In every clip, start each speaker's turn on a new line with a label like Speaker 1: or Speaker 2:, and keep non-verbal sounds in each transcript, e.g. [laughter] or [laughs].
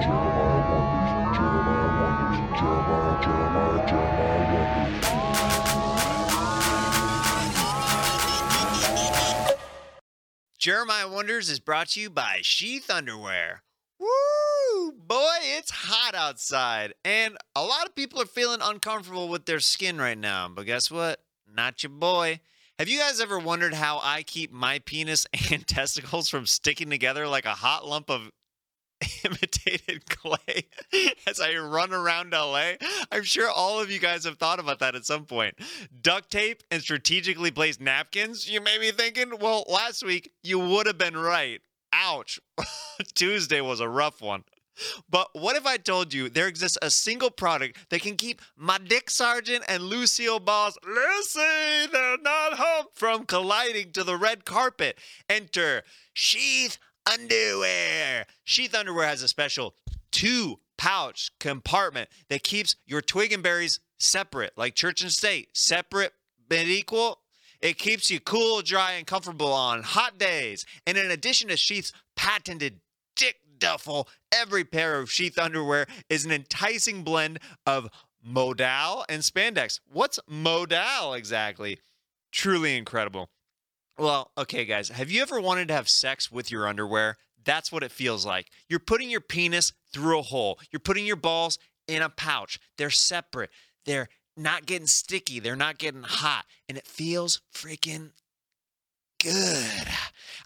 Speaker 1: Oh,
Speaker 2: Jeremiah Wonders, Jeremiah Wonders, Jeremiah, Jeremiah, Jeremiah Wonders.
Speaker 3: Jeremiah Wonders is brought to you by Sheath Underwear. Woo! Boy, it's hot outside, and a lot of people are feeling uncomfortable with their skin right now. But guess what? Not your boy. Have you guys ever wondered how I keep my penis [laughs] and testicles from sticking together like a hot lump of [laughs] imitated clay [laughs] as I run around LA? I'm sure all of you guys have thought about that at some point. Duct tape and strategically placed napkins? You may be thinking, well, last week you would have been right. Ouch. [laughs] Tuesday was a rough one. But what if I told you there exists a single product that can keep my Dick Sargent and Lucille Ball's Lucy, they're not home from colliding to the red carpet? Enter Sheath Underwear. Sheath Underwear has a special two pouch compartment that keeps your twig and berries separate, like church and state, separate but equal. It keeps you cool, dry, and comfortable on hot days. And in addition to Sheath's patented dick duffel, every pair of Sheath underwear is an enticing blend of modal and spandex. What's modal exactly? Truly incredible. Well, okay, guys, have you ever wanted to have sex with your underwear? That's what it feels like. You're putting your penis through a hole, you're putting your balls in a pouch. They're separate, they're not getting sticky, they're not getting hot, and it feels freaking good.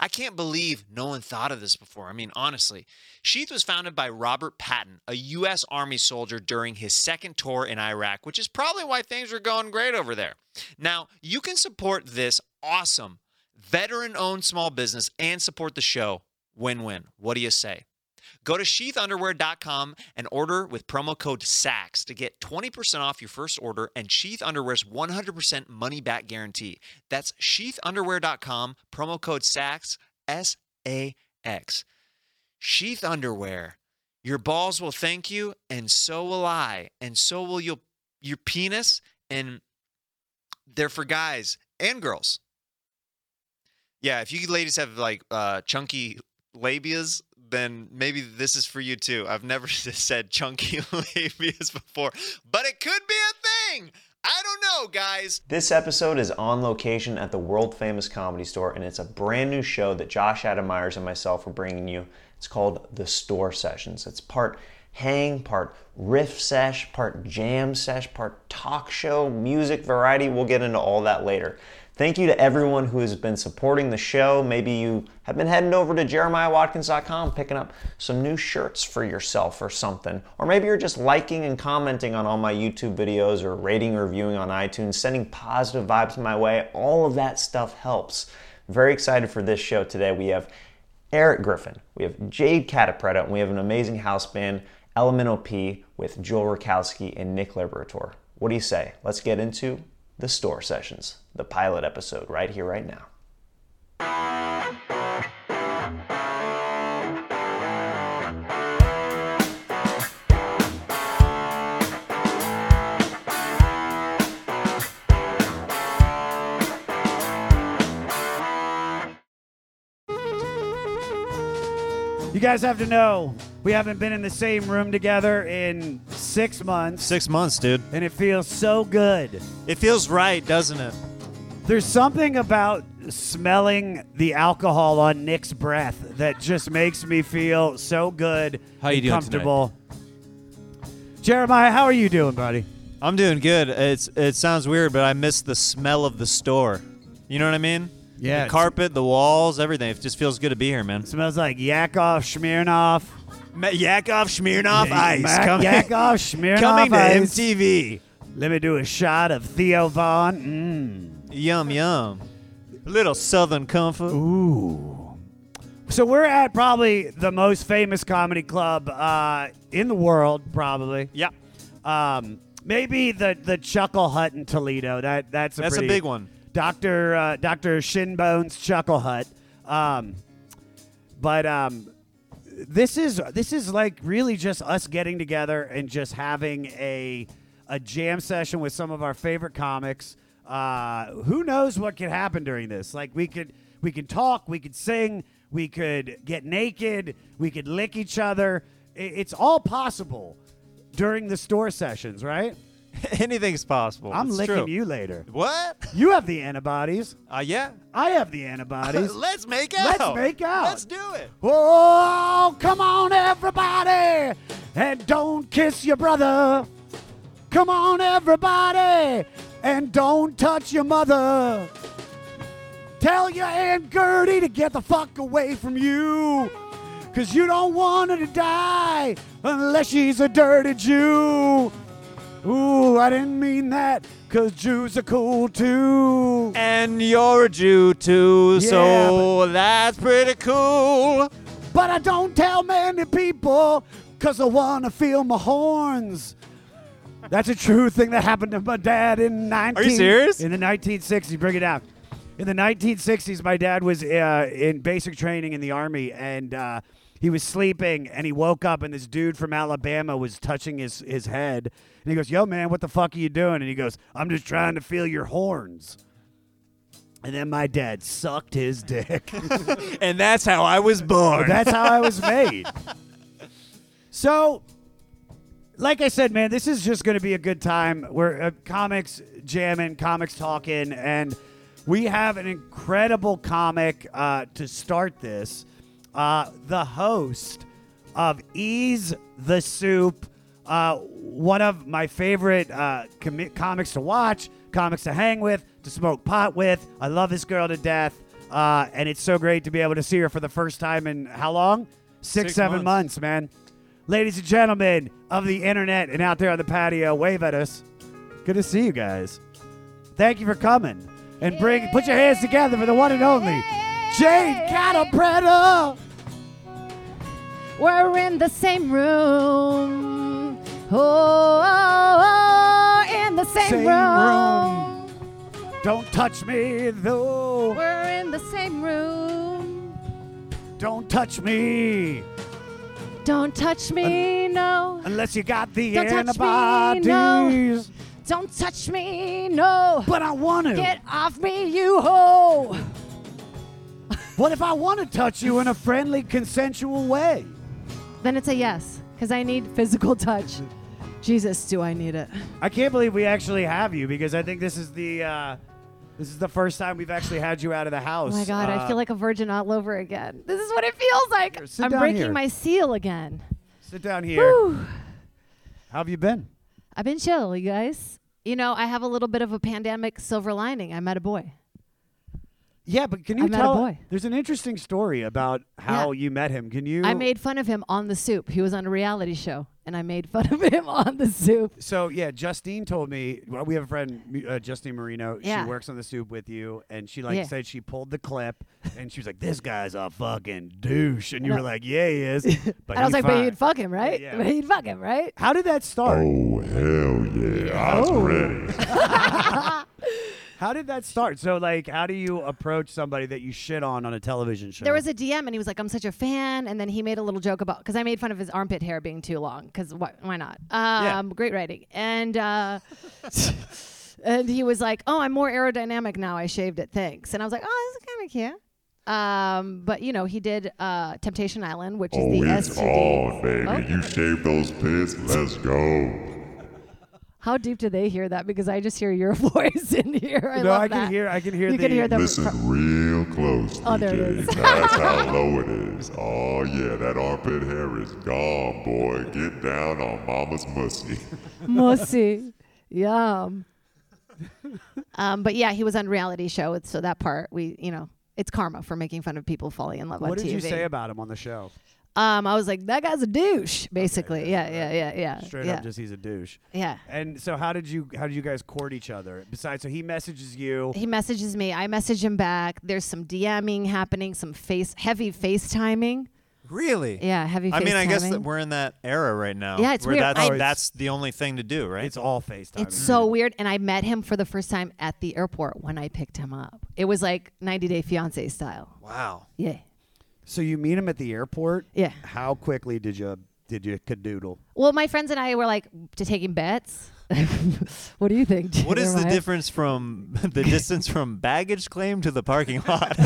Speaker 3: I can't believe no one thought of this before. I mean, honestly. Sheath was founded by Robert Patton, a U.S. Army soldier during his second tour in Iraq, which is probably why things are going great over there. Now, you can support this awesome veteran owned small business and support the show. Win win. What do you say? Go to sheathunderwear.com and order with promo code SAX to get 20% off your first order and Sheath Underwear's 100% money back guarantee. That's sheathunderwear.com, promo code SAX, S A X. Sheath Underwear. Your balls will thank you, and so will I, and so will your, your penis, and they're for guys and girls. Yeah, if you ladies have like uh, chunky labias, then maybe this is for you too. I've never [laughs] said chunky [laughs] labias before, but it could be a thing. I don't know, guys.
Speaker 4: This episode is on location at the world famous comedy store, and it's a brand new show that Josh Adam Myers and myself are bringing you. It's called The Store Sessions. It's part hang, part riff sesh, part jam sesh, part talk show, music variety. We'll get into all that later. Thank you to everyone who has been supporting the show. Maybe you have been heading over to jeremiahwatkins.com picking up some new shirts for yourself or something. Or maybe you're just liking and commenting on all my YouTube videos or rating or reviewing on iTunes, sending positive vibes my way. All of that stuff helps. Very excited for this show today. We have Eric Griffin, we have Jade Catapretta, and we have an amazing house band, Elemental P, with Joel Rakowski and Nick Liberator. What do you say? Let's get into the store sessions, the pilot episode, right here, right now.
Speaker 5: You guys have to know we haven't been in the same room together in six months,
Speaker 6: Six months, dude.
Speaker 5: and it feels so good.
Speaker 6: It feels right, doesn't it?
Speaker 5: There's something about smelling the alcohol on Nick's breath that just makes me feel so good.
Speaker 7: How you
Speaker 5: and
Speaker 7: doing
Speaker 5: Comfortable. Jeremiah, how are you doing, buddy?
Speaker 6: I'm doing good. It's it sounds weird, but I miss the smell of the store. You know what I mean?
Speaker 5: Yeah,
Speaker 6: The
Speaker 5: it's-
Speaker 6: carpet, the walls, everything. It just feels good to be here, man.
Speaker 5: Smells like Yakov Smirnoff.
Speaker 6: Yakov Smirnoff
Speaker 5: Mac- [laughs] Yakov Smirnoff. ice.
Speaker 6: MTV.
Speaker 5: Let me do a shot of Theo Vaughn. Mm.
Speaker 6: Yum yum. Little Southern comfort.
Speaker 5: Ooh. So we're at probably the most famous comedy club uh, in the world, probably.
Speaker 6: Yeah, [laughs]
Speaker 5: Um, maybe the the Chuckle Hut in Toledo. That that's a
Speaker 6: that's
Speaker 5: pretty-
Speaker 6: a big one.
Speaker 5: Doctor uh, Doctor Shinbones Chuckle Hut. Um, but um, this is this is like really just us getting together and just having a a jam session with some of our favorite comics. Uh, who knows what could happen during this? Like we could we could talk, we could sing, we could get naked, we could lick each other. i- it's all possible during the store sessions, right?
Speaker 3: Anything's possible.
Speaker 5: I'm
Speaker 3: It's
Speaker 5: licking
Speaker 3: true.
Speaker 5: you later.
Speaker 3: What?
Speaker 5: You have the antibodies.
Speaker 3: Uh, yeah.
Speaker 5: I have
Speaker 4: [laughs]
Speaker 6: [laughs]
Speaker 5: the antibodies.
Speaker 3: Let's make out.
Speaker 5: Let's make out.
Speaker 3: Let's do it.
Speaker 5: Oh, come on, everybody, and don't kiss your brother. Come on, everybody, and don't touch your mother. Tell your Aunt Gertie to get the fuck away from you. Cause you don't want her to die unless she's a dirty Jew. Ooh, I didn't mean that, cause Jews are cool too.
Speaker 3: And you're a Jew too,
Speaker 5: Yeah,
Speaker 3: so that's pretty cool.
Speaker 5: But I don't tell many people 'cause I want to feel my horns. That's a true thing that happened to my dad in 19
Speaker 3: serious?
Speaker 5: In the 1960s, bring it down. In the 1960s, my dad was uh, in basic training in the army, and uh, he was sleeping, and he woke up, and this dude from Alabama was touching his his head, and he goes, "Yo, man, what the fuck are you doing?" And he goes, "I'm just trying to feel your horns." And then my dad sucked his dick.
Speaker 3: [laughs] And that's how I was born.
Speaker 5: That's how I
Speaker 3: [laughs]
Speaker 5: was made. So, like I said, man, this is just going to be a good time. We're uh, comics jamming, comics talking, and we have an incredible comic uh, to start this. Uh, the host of Ease the Soup, uh, one of my favorite uh, comi- comics to watch, comics to hang with, to smoke pot with. I love this girl to death. Uh, and it's so great to be able to see her for the first time in how long? Six,
Speaker 3: Six
Speaker 5: seven
Speaker 3: months.
Speaker 5: months, man. Ladies and gentlemen of the internet and out there on the patio, wave at us. Good to see you guys. Thank you for coming. And bring put your hands together for the one and only Jade Catapretta.
Speaker 8: We're in the same room. Oh, oh, oh, in the same,
Speaker 5: Same
Speaker 8: room.
Speaker 5: Don't touch me though.
Speaker 8: We're in the same room.
Speaker 5: Don't touch me
Speaker 8: Don't touch me, no.
Speaker 5: unless you got the
Speaker 8: Don't touch me,
Speaker 5: antibodies.
Speaker 8: no. Don't touch me, no.
Speaker 5: But I want to.
Speaker 8: Get off me, you hoe.
Speaker 5: what if I want to touch you in a friendly, consensual way?
Speaker 8: Then it's a yes, because I need physical touch. Jesus, do I need it?
Speaker 5: I can't believe we actually have you because I think this is the uh, this is the first time we've actually had you out of the
Speaker 8: Oh
Speaker 5: house.
Speaker 8: my God, I
Speaker 5: Uh,
Speaker 8: feel like a virgin all over again. This is what it feels like.
Speaker 5: Here, sit
Speaker 8: I'm
Speaker 5: down
Speaker 8: breaking
Speaker 5: here.
Speaker 8: my seal again.
Speaker 5: Sit down here.
Speaker 8: Whew.
Speaker 5: How have you been?
Speaker 8: I've been chill, you guys. You know, I have a little bit of a pandemic silver lining. I met a boy.
Speaker 5: Yeah, but can you
Speaker 8: I met a
Speaker 5: tell?
Speaker 8: boy.
Speaker 5: There's an interesting story about how you met him. Can you?
Speaker 8: I made fun of him on The Soup. He was on a reality show, and I made fun [laughs] of him on The Soup.
Speaker 5: So yeah, Justine told me well, we have a friend uh, Justine Marino.
Speaker 8: Yeah.
Speaker 5: She works on the soup with you, and she like
Speaker 8: Yeah.
Speaker 5: said she pulled the clip, and she was like, "This guy's a fucking douche," and you
Speaker 8: And
Speaker 5: were
Speaker 8: I-
Speaker 5: like, "Yeah, he is."
Speaker 8: [laughs]
Speaker 5: But
Speaker 8: and I was
Speaker 5: he's
Speaker 8: like, but
Speaker 5: fine."
Speaker 8: he'd fuck him, right?
Speaker 5: Yeah.
Speaker 8: But he'd fuck him, right?
Speaker 5: How did that start?
Speaker 1: Oh, hell yeah. I'm
Speaker 8: Oh,
Speaker 1: ready.
Speaker 5: How did that start? So like, how do you approach somebody that you shit on on a television show?
Speaker 8: There was a DM, and he was like, I'm such a fan. And then he made a little joke about, because I made fun of his armpit hair being too long, because why, why not? Um, Great writing. And, uh,. [laughs] And he was like, "Oh, I'm more aerodynamic now. I shaved it. Thanks." And I was like, "Oh, this is kind of cute." Um, but you know, he did uh, Temptation Island, which
Speaker 1: Oh,
Speaker 8: is
Speaker 1: it's
Speaker 8: the STD.
Speaker 1: on, baby.
Speaker 8: Oh.
Speaker 1: You shave those pits. Let's go.
Speaker 8: How deep do they hear that? Because I just hear your [laughs] voice in here. I
Speaker 5: no,
Speaker 8: love
Speaker 5: I can
Speaker 8: that.
Speaker 5: hear. I can hear.
Speaker 8: You
Speaker 5: the,
Speaker 8: can hear the-
Speaker 1: Listen real close,
Speaker 8: Oh, there it
Speaker 1: DJ.
Speaker 8: is.
Speaker 1: That's
Speaker 8: [laughs]
Speaker 1: how low it is. Oh, yeah, that armpit hair is gone, boy. Get down on mama's mussy. [laughs]
Speaker 3: [laughs]
Speaker 8: Mussy. Yum. [laughs] um, but yeah, he was on reality show, it's- so that part we, you know, it's karma for making fun of people falling in love on
Speaker 5: What did
Speaker 8: TV.
Speaker 5: you say about him on the show?
Speaker 8: um, I was like, that guy's a douche, basically. yeah, yeah, yeah, yeah,
Speaker 5: Straight
Speaker 8: Uh, yeah,
Speaker 5: up, just he's a douche.
Speaker 8: yeah.
Speaker 5: And so, how did you? How did you guys court each other? Besides, so he messages you.
Speaker 8: He messages me. I message him back. There's some DMing happening, some face heavy FaceTiming.
Speaker 3: Really?
Speaker 8: Yeah, heavy.
Speaker 3: I mean, I guess that
Speaker 8: FaceTiming.
Speaker 3: we're in that era right now.
Speaker 8: Yeah, it's
Speaker 3: where
Speaker 8: weird.
Speaker 3: That's,
Speaker 8: I-
Speaker 3: oh, that's the only thing to do, right?
Speaker 5: It's all FaceTime.
Speaker 8: It's so weird. And I met him for the first time at the airport when I picked him up. It was like 90 Day Fiance style.
Speaker 3: wow.
Speaker 8: Yeah.
Speaker 5: So you meet him at the airport.
Speaker 8: Yeah.
Speaker 5: How quickly did you did you cadoodle?
Speaker 8: Well, my friends and I were like to taking bets. [laughs] what do you think?
Speaker 3: What is the
Speaker 8: Jeremiah?
Speaker 3: difference from [laughs] the distance from baggage claim to the parking lot?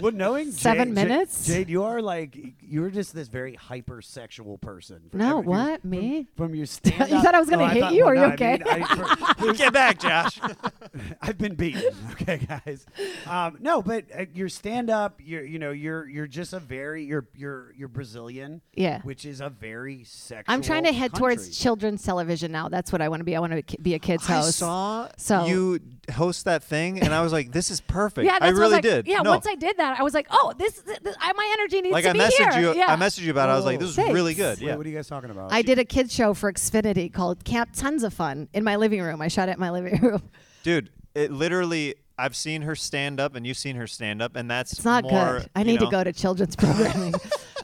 Speaker 5: Well, knowing
Speaker 8: Seven
Speaker 5: Jade,
Speaker 8: minutes?
Speaker 5: Jade, you are like you were just this very hypersexual person. From
Speaker 8: No,
Speaker 5: every- from-
Speaker 8: what? Me? [laughs]
Speaker 5: From your stand.
Speaker 8: thought I was gonna hit you? Are you okay? [laughs]
Speaker 3: Get back, Josh.
Speaker 5: [laughs] I've been beaten. Okay, guys. Um, no, but uh, your stand up, you're you know you're you're just a very you're you're you're Brazilian.
Speaker 8: Yeah.
Speaker 5: Which is a very sexual.
Speaker 8: I'm trying to head
Speaker 5: country.
Speaker 8: towards children's television now. That's what I want to be. I want to be a kid's
Speaker 3: I
Speaker 8: host.
Speaker 3: saw
Speaker 8: So-
Speaker 3: you host that thing, and I was like, "This is perfect."
Speaker 8: yeah, that's
Speaker 3: I
Speaker 8: what
Speaker 3: really
Speaker 8: was like,
Speaker 3: did.
Speaker 8: Yeah,
Speaker 3: no.
Speaker 8: once I did that, I was like, oh, this, this, I- my energy needs
Speaker 3: like
Speaker 8: to
Speaker 3: I
Speaker 8: be
Speaker 3: messaged
Speaker 8: here.
Speaker 3: you.
Speaker 8: Yeah. Oh,
Speaker 3: I messaged you about. it. I was like, "This is
Speaker 8: Thanks.
Speaker 3: really good."
Speaker 5: Wait,
Speaker 3: Yeah.
Speaker 5: what are you guys talking about?
Speaker 8: I did a kids show for Xfinity called Camp Tons of Fun in my living room. I shot it in my living [laughs] room.
Speaker 3: Dude, it literally. I've seen her stand up, and you've seen her stand up, and that's
Speaker 8: It's not
Speaker 3: more,
Speaker 8: good. I
Speaker 3: you
Speaker 8: need
Speaker 3: know-
Speaker 8: to go to children's [laughs] programming.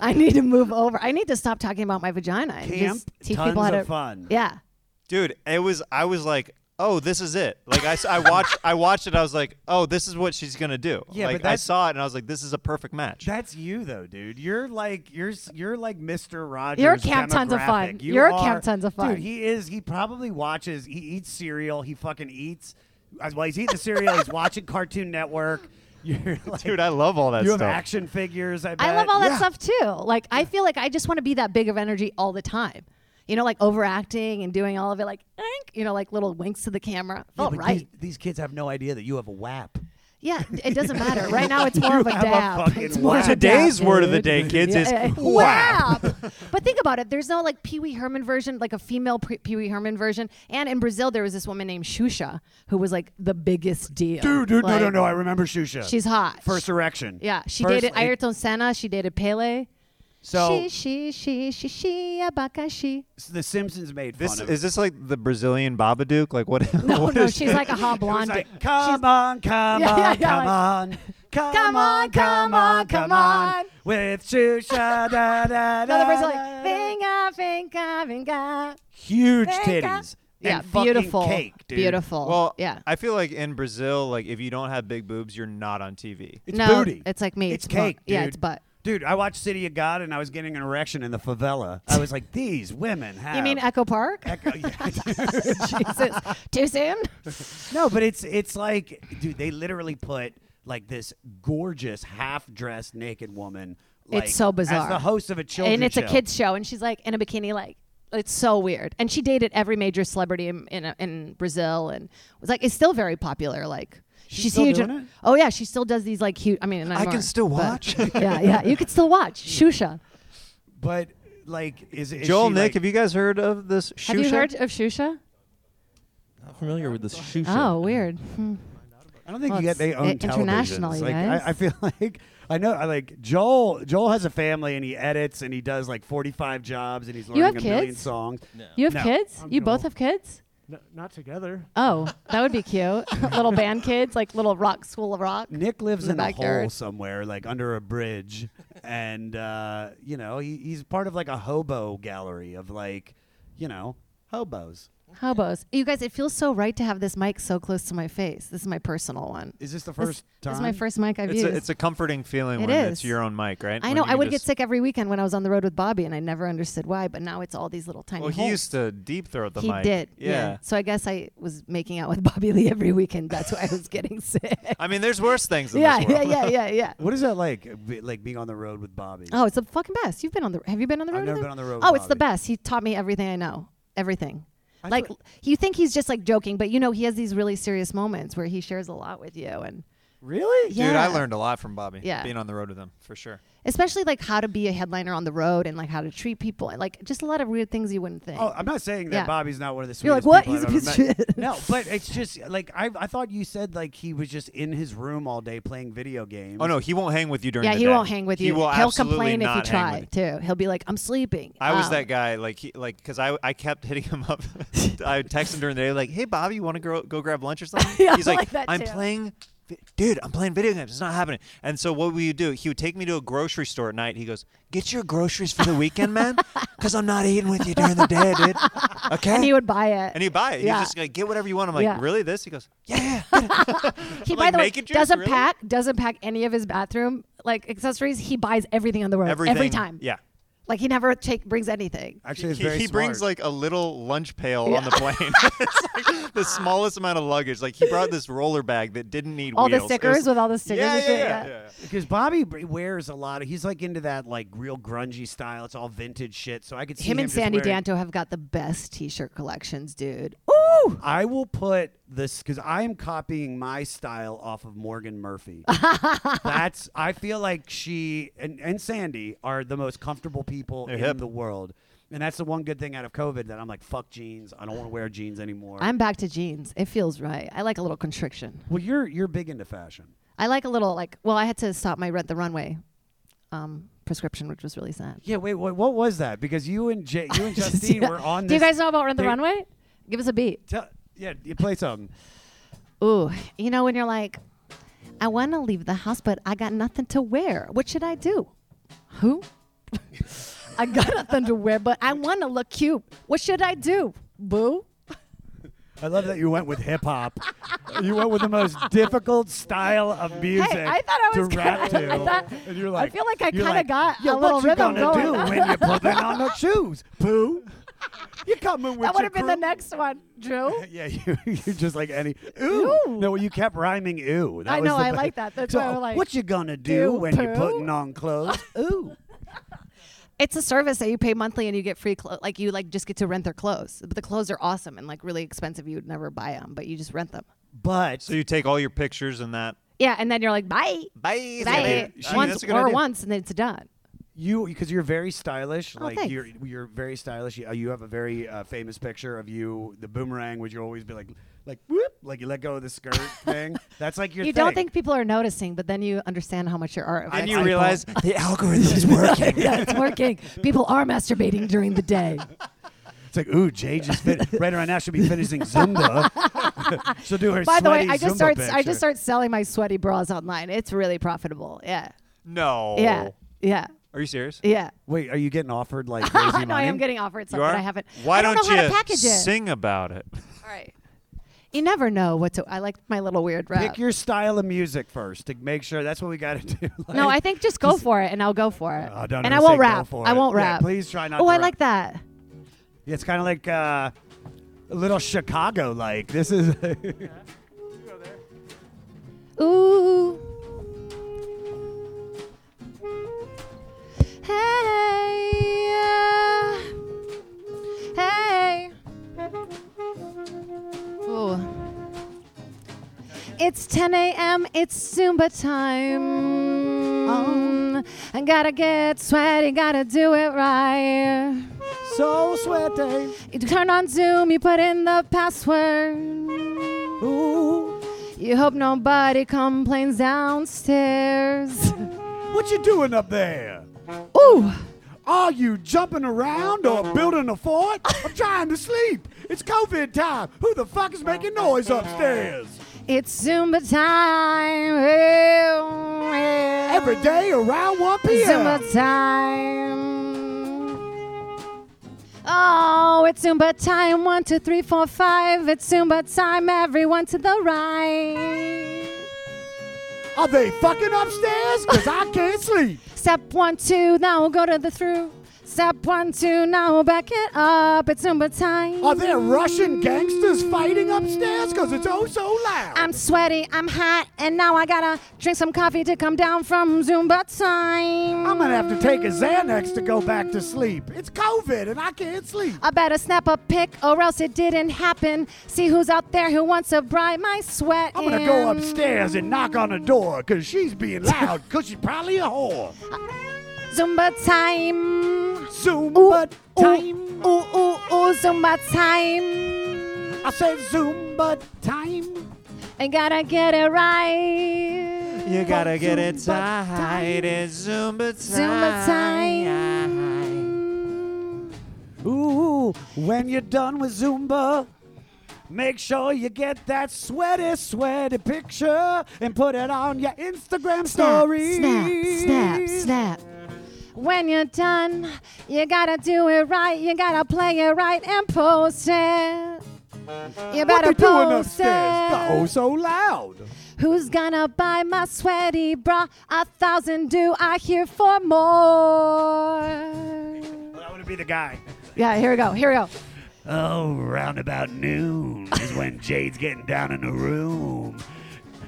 Speaker 8: I need to move over. I need to stop talking about my vagina and
Speaker 5: Camp
Speaker 8: just teach
Speaker 5: Tons
Speaker 8: people how
Speaker 5: of
Speaker 8: to
Speaker 5: Fun.
Speaker 8: Yeah.
Speaker 3: Dude, it was. I was like, "Oh, this is it." Like I, s- I watched. I watched it. I was like, "Oh, this is what she's gonna do."
Speaker 5: Yeah, but
Speaker 3: like I
Speaker 5: that's-
Speaker 3: saw it, and I was like, "This is a perfect match."
Speaker 5: That's you though, dude. You're like you're s- you're like Mr. Rogers.
Speaker 8: Camp Tons of Fun.
Speaker 5: demographic. You
Speaker 8: You're
Speaker 5: are,
Speaker 8: Camp Tons of Fun.
Speaker 5: Dude, he is. He probably watches. He eats cereal. He fucking eats. As well, he's eating the cereal. he's watching Cartoon Network. [laughs] You're like,
Speaker 3: Dude, I love all that
Speaker 5: you have
Speaker 3: stuff.
Speaker 5: action figures. I, bet.
Speaker 8: I love all that
Speaker 5: Yeah.
Speaker 8: stuff too. Like I feel like I just want to be that big of energy all the time. You know, like overacting and doing all of it, like "Oink," you know, like little winks to the camera.
Speaker 5: Yeah,
Speaker 8: All
Speaker 5: but
Speaker 8: Oh, right.
Speaker 5: These, these kids have no idea that you have a WAP.
Speaker 8: yeah,
Speaker 5: [laughs]
Speaker 8: it doesn't matter. Right now, it's more of a
Speaker 5: have a
Speaker 8: dab.
Speaker 5: fucking
Speaker 8: it's more of a
Speaker 5: whap.
Speaker 3: Today's
Speaker 8: dab,
Speaker 3: word of the
Speaker 8: dude.
Speaker 5: [laughs]
Speaker 3: day, kids, is
Speaker 8: Yeah.
Speaker 3: whap.
Speaker 8: but think about it. There's no like Pee Wee Herman version, like a female P- Pee Wee Herman version. And in Brazil, there was this woman named Xuxa who was like the biggest deal.
Speaker 5: Dude, dude,
Speaker 8: Like,
Speaker 5: no, no, no. I remember Shusha.
Speaker 8: She's hot.
Speaker 5: first erection.
Speaker 8: Yeah, she
Speaker 5: First-
Speaker 8: dated Ayrton Senna. She dated Pele.
Speaker 5: So
Speaker 8: she, she, she, she, she, abacashi.
Speaker 5: the Simpsons made
Speaker 3: This
Speaker 5: fun of.
Speaker 3: is this like the Brazilian Babadook?
Speaker 8: [laughs]
Speaker 3: Like what?
Speaker 8: No,
Speaker 3: what
Speaker 8: no,
Speaker 3: is
Speaker 8: she's
Speaker 3: it?
Speaker 8: like a hot blonde.
Speaker 5: It's like, come on, come
Speaker 8: Yeah,
Speaker 5: on,
Speaker 8: yeah, yeah,
Speaker 5: come
Speaker 8: like-
Speaker 5: on. Come
Speaker 8: Come
Speaker 5: on,
Speaker 8: on,
Speaker 5: come
Speaker 8: come
Speaker 5: on,
Speaker 8: on,
Speaker 5: come
Speaker 8: come
Speaker 5: on.
Speaker 8: on.
Speaker 5: With Shusha, da, da,
Speaker 8: [laughs]
Speaker 5: da,
Speaker 8: Another person
Speaker 5: da,
Speaker 8: like
Speaker 5: da.
Speaker 8: finga, finga, finga.
Speaker 5: Huge
Speaker 8: finga.
Speaker 5: titties.
Speaker 8: Yeah,
Speaker 5: and fucking
Speaker 8: beautiful,
Speaker 5: Cake, dude.
Speaker 8: beautiful.
Speaker 3: Well,
Speaker 8: yeah.
Speaker 3: I feel like in Brazil, like if you don't have big boobs, you're not on TV.
Speaker 5: It's
Speaker 8: no,
Speaker 5: booty.
Speaker 8: it's like me.
Speaker 5: It's
Speaker 8: It's,
Speaker 5: cake,
Speaker 8: butt. Yeah,
Speaker 5: dude.
Speaker 8: it's butt.
Speaker 5: Dude, I watched City of God and I was getting an erection in the favela. I was like, these women
Speaker 8: [laughs]
Speaker 5: have.
Speaker 8: You mean Echo Park?
Speaker 5: Echo,
Speaker 8: [laughs]
Speaker 5: yeah.
Speaker 8: Jesus, too soon.
Speaker 5: no, but it's it's like, dude, they literally put like this gorgeous half-dressed naked woman. Like,
Speaker 8: It's so
Speaker 5: As
Speaker 8: bizarre.
Speaker 5: the host of a children's
Speaker 8: and it's
Speaker 5: show.
Speaker 8: a kids show, and she's like in a bikini, like it's so weird. And she dated every major celebrity in in, in Brazil, and was like, it's still very popular. Like she's,
Speaker 5: still
Speaker 8: huge.
Speaker 5: doing
Speaker 8: and-
Speaker 5: it?
Speaker 8: Oh yeah, she still does these like huge. I mean, and
Speaker 3: I can
Speaker 8: aren't,
Speaker 3: still
Speaker 8: but-
Speaker 3: watch.
Speaker 8: [laughs] yeah, yeah, you can still watch Shusha.
Speaker 5: But like, is, is
Speaker 3: Joel,
Speaker 5: she,
Speaker 3: Nick,
Speaker 5: like-
Speaker 3: have you guys heard of this? Shusha?
Speaker 8: Have you heard of Shusha?
Speaker 9: Not familiar with this shoe
Speaker 8: Oh, weird. Hmm.
Speaker 5: I don't think
Speaker 8: Well,
Speaker 5: you get
Speaker 8: it's
Speaker 5: they own
Speaker 8: i- international,
Speaker 5: televisions.
Speaker 8: you
Speaker 5: Like
Speaker 8: guys.
Speaker 5: I, I feel [laughs] like I know. I like Joel. Joel has a family and he edits and he does like forty-five jobs and he's learning
Speaker 8: have
Speaker 5: a million
Speaker 8: kids?
Speaker 5: songs.
Speaker 8: You have
Speaker 5: No,
Speaker 8: kids? you both have kids?
Speaker 10: No, not together.
Speaker 8: Oh, that would be cute. [laughs] little band kids, like little rock school of rock.
Speaker 5: Nick lives
Speaker 8: In the
Speaker 5: in, a hole
Speaker 8: backyard.
Speaker 5: somewhere, like under a bridge, and uh, you know he, he's part of like a hobo gallery of like, you know, hobos.
Speaker 8: Hobos. You guys, it feels so right to have this mic so close to my face. This is my personal one.
Speaker 5: Is this the
Speaker 8: This-
Speaker 5: first time?
Speaker 8: This is my first mic I've
Speaker 3: It's
Speaker 8: used.
Speaker 3: a, it's a comforting feeling
Speaker 8: It
Speaker 3: when
Speaker 8: is.
Speaker 3: it's your own mic, right?
Speaker 8: I
Speaker 3: When
Speaker 8: know.
Speaker 3: you
Speaker 8: I
Speaker 3: can
Speaker 8: would get
Speaker 3: just-
Speaker 8: sick every weekend when I was on the road with Bobby, and I never understood why. But now it's all these little tiny.
Speaker 3: Well, he
Speaker 8: holes.
Speaker 3: used to deep throat the
Speaker 8: He
Speaker 3: mic.
Speaker 8: did.
Speaker 3: Yeah.
Speaker 8: So I guess I was making out with [laughs] Bobby Lee every weekend. That's why I was getting [laughs] sick.
Speaker 3: I mean, there's worse things in
Speaker 8: yeah,
Speaker 3: this
Speaker 8: yeah,
Speaker 3: world.
Speaker 8: yeah, yeah, yeah.
Speaker 5: What is that like? Be- Like being on the road with Bobby.
Speaker 8: Oh, it's the fucking best. You've been on the. Have you been on the
Speaker 5: I've
Speaker 8: road?
Speaker 5: never
Speaker 8: with him?
Speaker 5: been on the road with
Speaker 8: Oh, it's the
Speaker 5: Bobby.
Speaker 8: best. He taught me everything I know. Everything.
Speaker 5: I
Speaker 8: like
Speaker 5: thought-
Speaker 8: you think he's just like joking, but you know he has these really serious moments where he shares a lot with you, and
Speaker 5: really?
Speaker 8: yeah,
Speaker 3: Dude, I learned a lot from Bobby.
Speaker 8: Yeah.
Speaker 3: Being on the road with him, for sure.
Speaker 8: especially like how to be a headliner on the road and like how to treat people and like just a lot of weird things you wouldn't think.
Speaker 5: Oh, I'm not saying that
Speaker 8: Yeah.
Speaker 5: Bobby's not one of the
Speaker 8: You're like,
Speaker 5: sweetest.
Speaker 8: "What?
Speaker 5: people
Speaker 8: He's a
Speaker 5: I've
Speaker 8: piece
Speaker 5: ever
Speaker 8: of
Speaker 5: met."
Speaker 8: shit.
Speaker 5: No, but it's just like I, I thought you said like he was just in his room all day playing video games.
Speaker 3: Oh no, he won't hang with you during.
Speaker 8: yeah,
Speaker 3: the
Speaker 8: he
Speaker 3: day.
Speaker 8: won't hang with you.
Speaker 3: He will
Speaker 8: He'll
Speaker 3: absolutely
Speaker 8: complain if you
Speaker 3: not hang with
Speaker 8: try too. He'll be like, "I'm sleeping."
Speaker 3: I was
Speaker 8: Um,
Speaker 3: that guy, like he, like, cause I, I kept hitting him up. [laughs] I would text him during the day, like, "Hey, Bobby, you want to go go grab lunch or something?"
Speaker 8: [laughs] Yeah,
Speaker 3: He's
Speaker 8: I
Speaker 3: like,
Speaker 8: like that
Speaker 3: "I'm
Speaker 8: too.
Speaker 3: playing, vi- dude, I'm playing video games. It's not happening." And so what would you do? He would take me to a grocery store at night. He goes, "Get your groceries for the weekend,
Speaker 8: [laughs]
Speaker 3: man, cause I'm not eating with you during the day, dude. Okay."
Speaker 8: And he would buy it.
Speaker 3: And he'd buy it.
Speaker 8: Yeah.
Speaker 3: He's just like, "Get whatever you want." I'm like,
Speaker 8: Yeah.
Speaker 3: "Really? This?" He goes, "Yeah."
Speaker 8: [laughs]
Speaker 3: [laughs]
Speaker 8: He,
Speaker 3: Like
Speaker 8: by the way,
Speaker 3: naked juice,
Speaker 8: doesn't
Speaker 3: really?
Speaker 8: pack doesn't pack any of his bathroom like accessories. He buys everything on the road
Speaker 3: Everything.
Speaker 8: every time.
Speaker 3: Yeah.
Speaker 8: Like he never take brings anything.
Speaker 5: Actually, it's
Speaker 3: he,
Speaker 5: very
Speaker 3: he brings
Speaker 5: smart.
Speaker 3: like a little lunch pail on the plane. [laughs] it's like the smallest amount of luggage. Like he brought this roller bag that didn't need
Speaker 8: All
Speaker 3: wheels.
Speaker 8: the
Speaker 3: It
Speaker 8: stickers
Speaker 3: was-
Speaker 8: with all the stickers.
Speaker 3: yeah,
Speaker 8: and
Speaker 3: yeah,
Speaker 8: shit,
Speaker 3: yeah,
Speaker 8: yeah.
Speaker 3: yeah.
Speaker 5: because Bobby b- wears a lot of. He's like into that like real grungy style. It's all vintage shit. So I could see him,
Speaker 8: Him and
Speaker 5: just
Speaker 8: Sandy
Speaker 5: wearing-
Speaker 8: Danto have got the best t-shirt collections, dude. Ooh,
Speaker 5: I will put this because I am copying my style off of
Speaker 8: [laughs]
Speaker 5: Morgan Murphy. That's I feel like she and, and Sandy are the most comfortable people in
Speaker 3: hip.
Speaker 5: the world. And that's the one good thing out of COVID that I'm like, fuck jeans. I don't want to wear jeans anymore.
Speaker 8: I'm back to jeans. It feels right. I like a little constriction.
Speaker 5: well, you're you're big into fashion.
Speaker 8: I like a little like. Well, I had to stop my rent the runway um, prescription, which was really sad.
Speaker 5: Yeah, wait, what, what was that? Because you and J-
Speaker 8: [laughs]
Speaker 5: you and [laughs] Justine
Speaker 8: Yeah.
Speaker 5: were on. This
Speaker 8: Do you guys know about Run the
Speaker 5: they-
Speaker 8: Runway? Give us a beat.
Speaker 5: Tell, yeah, you play something.
Speaker 8: Ooh, you know when you're like, I want to leave the house, but I got nothing to wear. What should I do? Who? [laughs] I got nothing to wear, but I want to look cute. What should I do? Boo.
Speaker 5: I love that you went with hip hop. [laughs] you went with the most difficult style of music
Speaker 8: Hey, I thought I was
Speaker 5: to rap
Speaker 8: kinda-
Speaker 5: to.
Speaker 8: I thought-
Speaker 5: and you're
Speaker 8: I
Speaker 5: like,
Speaker 8: feel like I
Speaker 5: you're
Speaker 8: kinda got
Speaker 5: "Yeah,
Speaker 8: a little
Speaker 5: what you
Speaker 8: rhythm
Speaker 5: gonna
Speaker 8: going."
Speaker 5: do when you putting
Speaker 8: [laughs]
Speaker 5: on the shoes, poo? You coming with
Speaker 8: That would
Speaker 5: your
Speaker 8: have been the
Speaker 5: crew?"
Speaker 8: next one, Drew.
Speaker 5: [laughs] Yeah, you, you're just like any. Ooh.
Speaker 8: Ooh.
Speaker 5: No, you kept rhyming ooh. That
Speaker 8: I
Speaker 5: was
Speaker 8: know,
Speaker 5: the
Speaker 8: I
Speaker 5: be-
Speaker 8: like that. That's
Speaker 5: so,
Speaker 8: why I like,
Speaker 5: What you gonna do,
Speaker 8: do
Speaker 5: when you're
Speaker 8: poo?
Speaker 5: putting on
Speaker 8: [laughs]
Speaker 5: clothes? ooh.
Speaker 8: [laughs] It's a service that you pay monthly and you get free clothes. Like you like just get to rent their clothes, but the clothes are awesome and like really expensive. You would never buy them, but you just rent them.
Speaker 5: But
Speaker 3: So you take all your pictures and that.
Speaker 8: Yeah, and then you're like, bye,
Speaker 3: Bye.
Speaker 8: bye,
Speaker 3: She-
Speaker 8: once
Speaker 3: that's a good
Speaker 8: or
Speaker 3: idea.
Speaker 8: once, and then it's done.
Speaker 5: you because you're very stylish like
Speaker 8: Oh, thanks.
Speaker 5: you're you're very stylish you, uh, you have a very uh, famous picture of you the boomerang would you always be like like whoop like you let go of the
Speaker 8: [laughs]
Speaker 5: skirt thing that's like your
Speaker 8: You
Speaker 5: thing.
Speaker 8: don't think people are noticing, but then you understand how much your art.
Speaker 3: And
Speaker 8: affects
Speaker 3: you
Speaker 8: people.
Speaker 3: realize the
Speaker 5: [laughs]
Speaker 3: algorithm's working.
Speaker 8: yeah, [laughs] it's working. People are masturbating during the
Speaker 5: [laughs]
Speaker 8: day.
Speaker 5: it's like ooh jay
Speaker 8: [laughs]
Speaker 5: just fit right around now she'll be finishing zumba she'll do her
Speaker 8: By the way,
Speaker 5: sweaty
Speaker 8: I just
Speaker 5: Zumba
Speaker 8: start I
Speaker 5: picture.
Speaker 8: just start selling my sweaty bras online. It's really profitable. Yeah,
Speaker 5: Oh.
Speaker 3: No.
Speaker 8: yeah, yeah,
Speaker 3: Are you serious?
Speaker 8: yeah.
Speaker 5: wait are you getting offered like crazy
Speaker 8: no, [laughs] I
Speaker 5: money?
Speaker 8: am getting offered
Speaker 3: You
Speaker 8: something
Speaker 3: are.
Speaker 8: I haven't.
Speaker 3: Why
Speaker 8: I don't, know
Speaker 3: you
Speaker 8: how to package it.
Speaker 3: sing about it?
Speaker 8: All right. You never know what to. I like my little weird rap.
Speaker 5: pick your style of music first to make sure that's what we got to do [laughs] like,
Speaker 8: no, I think just go for it, and I'll go for it.
Speaker 5: Oh, don't
Speaker 8: and
Speaker 5: ever
Speaker 8: I won't
Speaker 5: say go
Speaker 8: rap.
Speaker 5: for
Speaker 8: I
Speaker 5: it.
Speaker 8: won't
Speaker 5: Yeah,
Speaker 8: rap.
Speaker 5: please try not
Speaker 8: Oh,
Speaker 5: to
Speaker 8: I
Speaker 5: rap.
Speaker 8: like that.
Speaker 5: it's kind of like uh, a little chicago like this is [laughs]
Speaker 8: Ooh. Hey. yeah. uh, Hey. Ooh. It's 10 a.m. It's Zumba time. I gotta get sweaty, gotta do it right.
Speaker 5: so sweaty
Speaker 8: You turn on Zoom, you put in the password.
Speaker 5: ooh
Speaker 8: You hope nobody complains downstairs.
Speaker 5: What you doing up there?
Speaker 8: Ooh,
Speaker 5: Are you jumping around or building a fort? I'm trying to sleep. It's COVID time. Who the fuck is making noise upstairs?
Speaker 8: it's Zumba time. Ew, ew.
Speaker 5: Every day around 1 p.m.
Speaker 8: Zumba time. Oh, it's Zumba time. One, two, three, four, five. It's Zumba time. Everyone to the right.
Speaker 5: Are they fucking upstairs? Because I can't sleep.
Speaker 8: Step one, two, now we'll go to the through. Step one, two, now we'll back it up. It's Zumba time.
Speaker 5: Are there Russian gangsters fighting upstairs? Because it's oh so loud.
Speaker 8: I'm sweaty, I'm hot, and now I gotta drink some coffee to come down from Zumba time.
Speaker 5: I'm going to have to take a Xanax to go back to sleep. It's COVID and I can't sleep.
Speaker 8: I better snap a pic or else it didn't happen. See who's out there who wants to bribe my sweat.
Speaker 5: I'm going to go upstairs and knock on the door because she's being loud because she's probably a whore.
Speaker 8: Zumba time.
Speaker 5: Zumba
Speaker 8: Ooh,
Speaker 5: time.
Speaker 8: Ooh, ooh, ooh, Zumba time.
Speaker 5: I said Zumba time.
Speaker 8: I gotta get it right.
Speaker 3: [laughs] You gotta get it
Speaker 8: Zumba
Speaker 3: tight. It's Zumba
Speaker 8: Zumba time.
Speaker 5: Ooh, when you're done with Zumba, make sure you get that sweaty, sweaty picture and put it on your Instagram story.
Speaker 8: Snap, snap, snap. When you're done, you gotta do it right. You gotta play it right and post it. You
Speaker 5: What
Speaker 8: better
Speaker 5: they doing
Speaker 8: post
Speaker 5: upstairs?
Speaker 8: it.
Speaker 5: Oh, so loud.
Speaker 8: Who's gonna buy my sweaty bra? A thousand do I hear for more?
Speaker 5: I want to be the guy.
Speaker 8: Yeah, here we go. Here we go.
Speaker 5: Oh, round about noon is
Speaker 8: [laughs]
Speaker 5: when Jade's getting down in the room.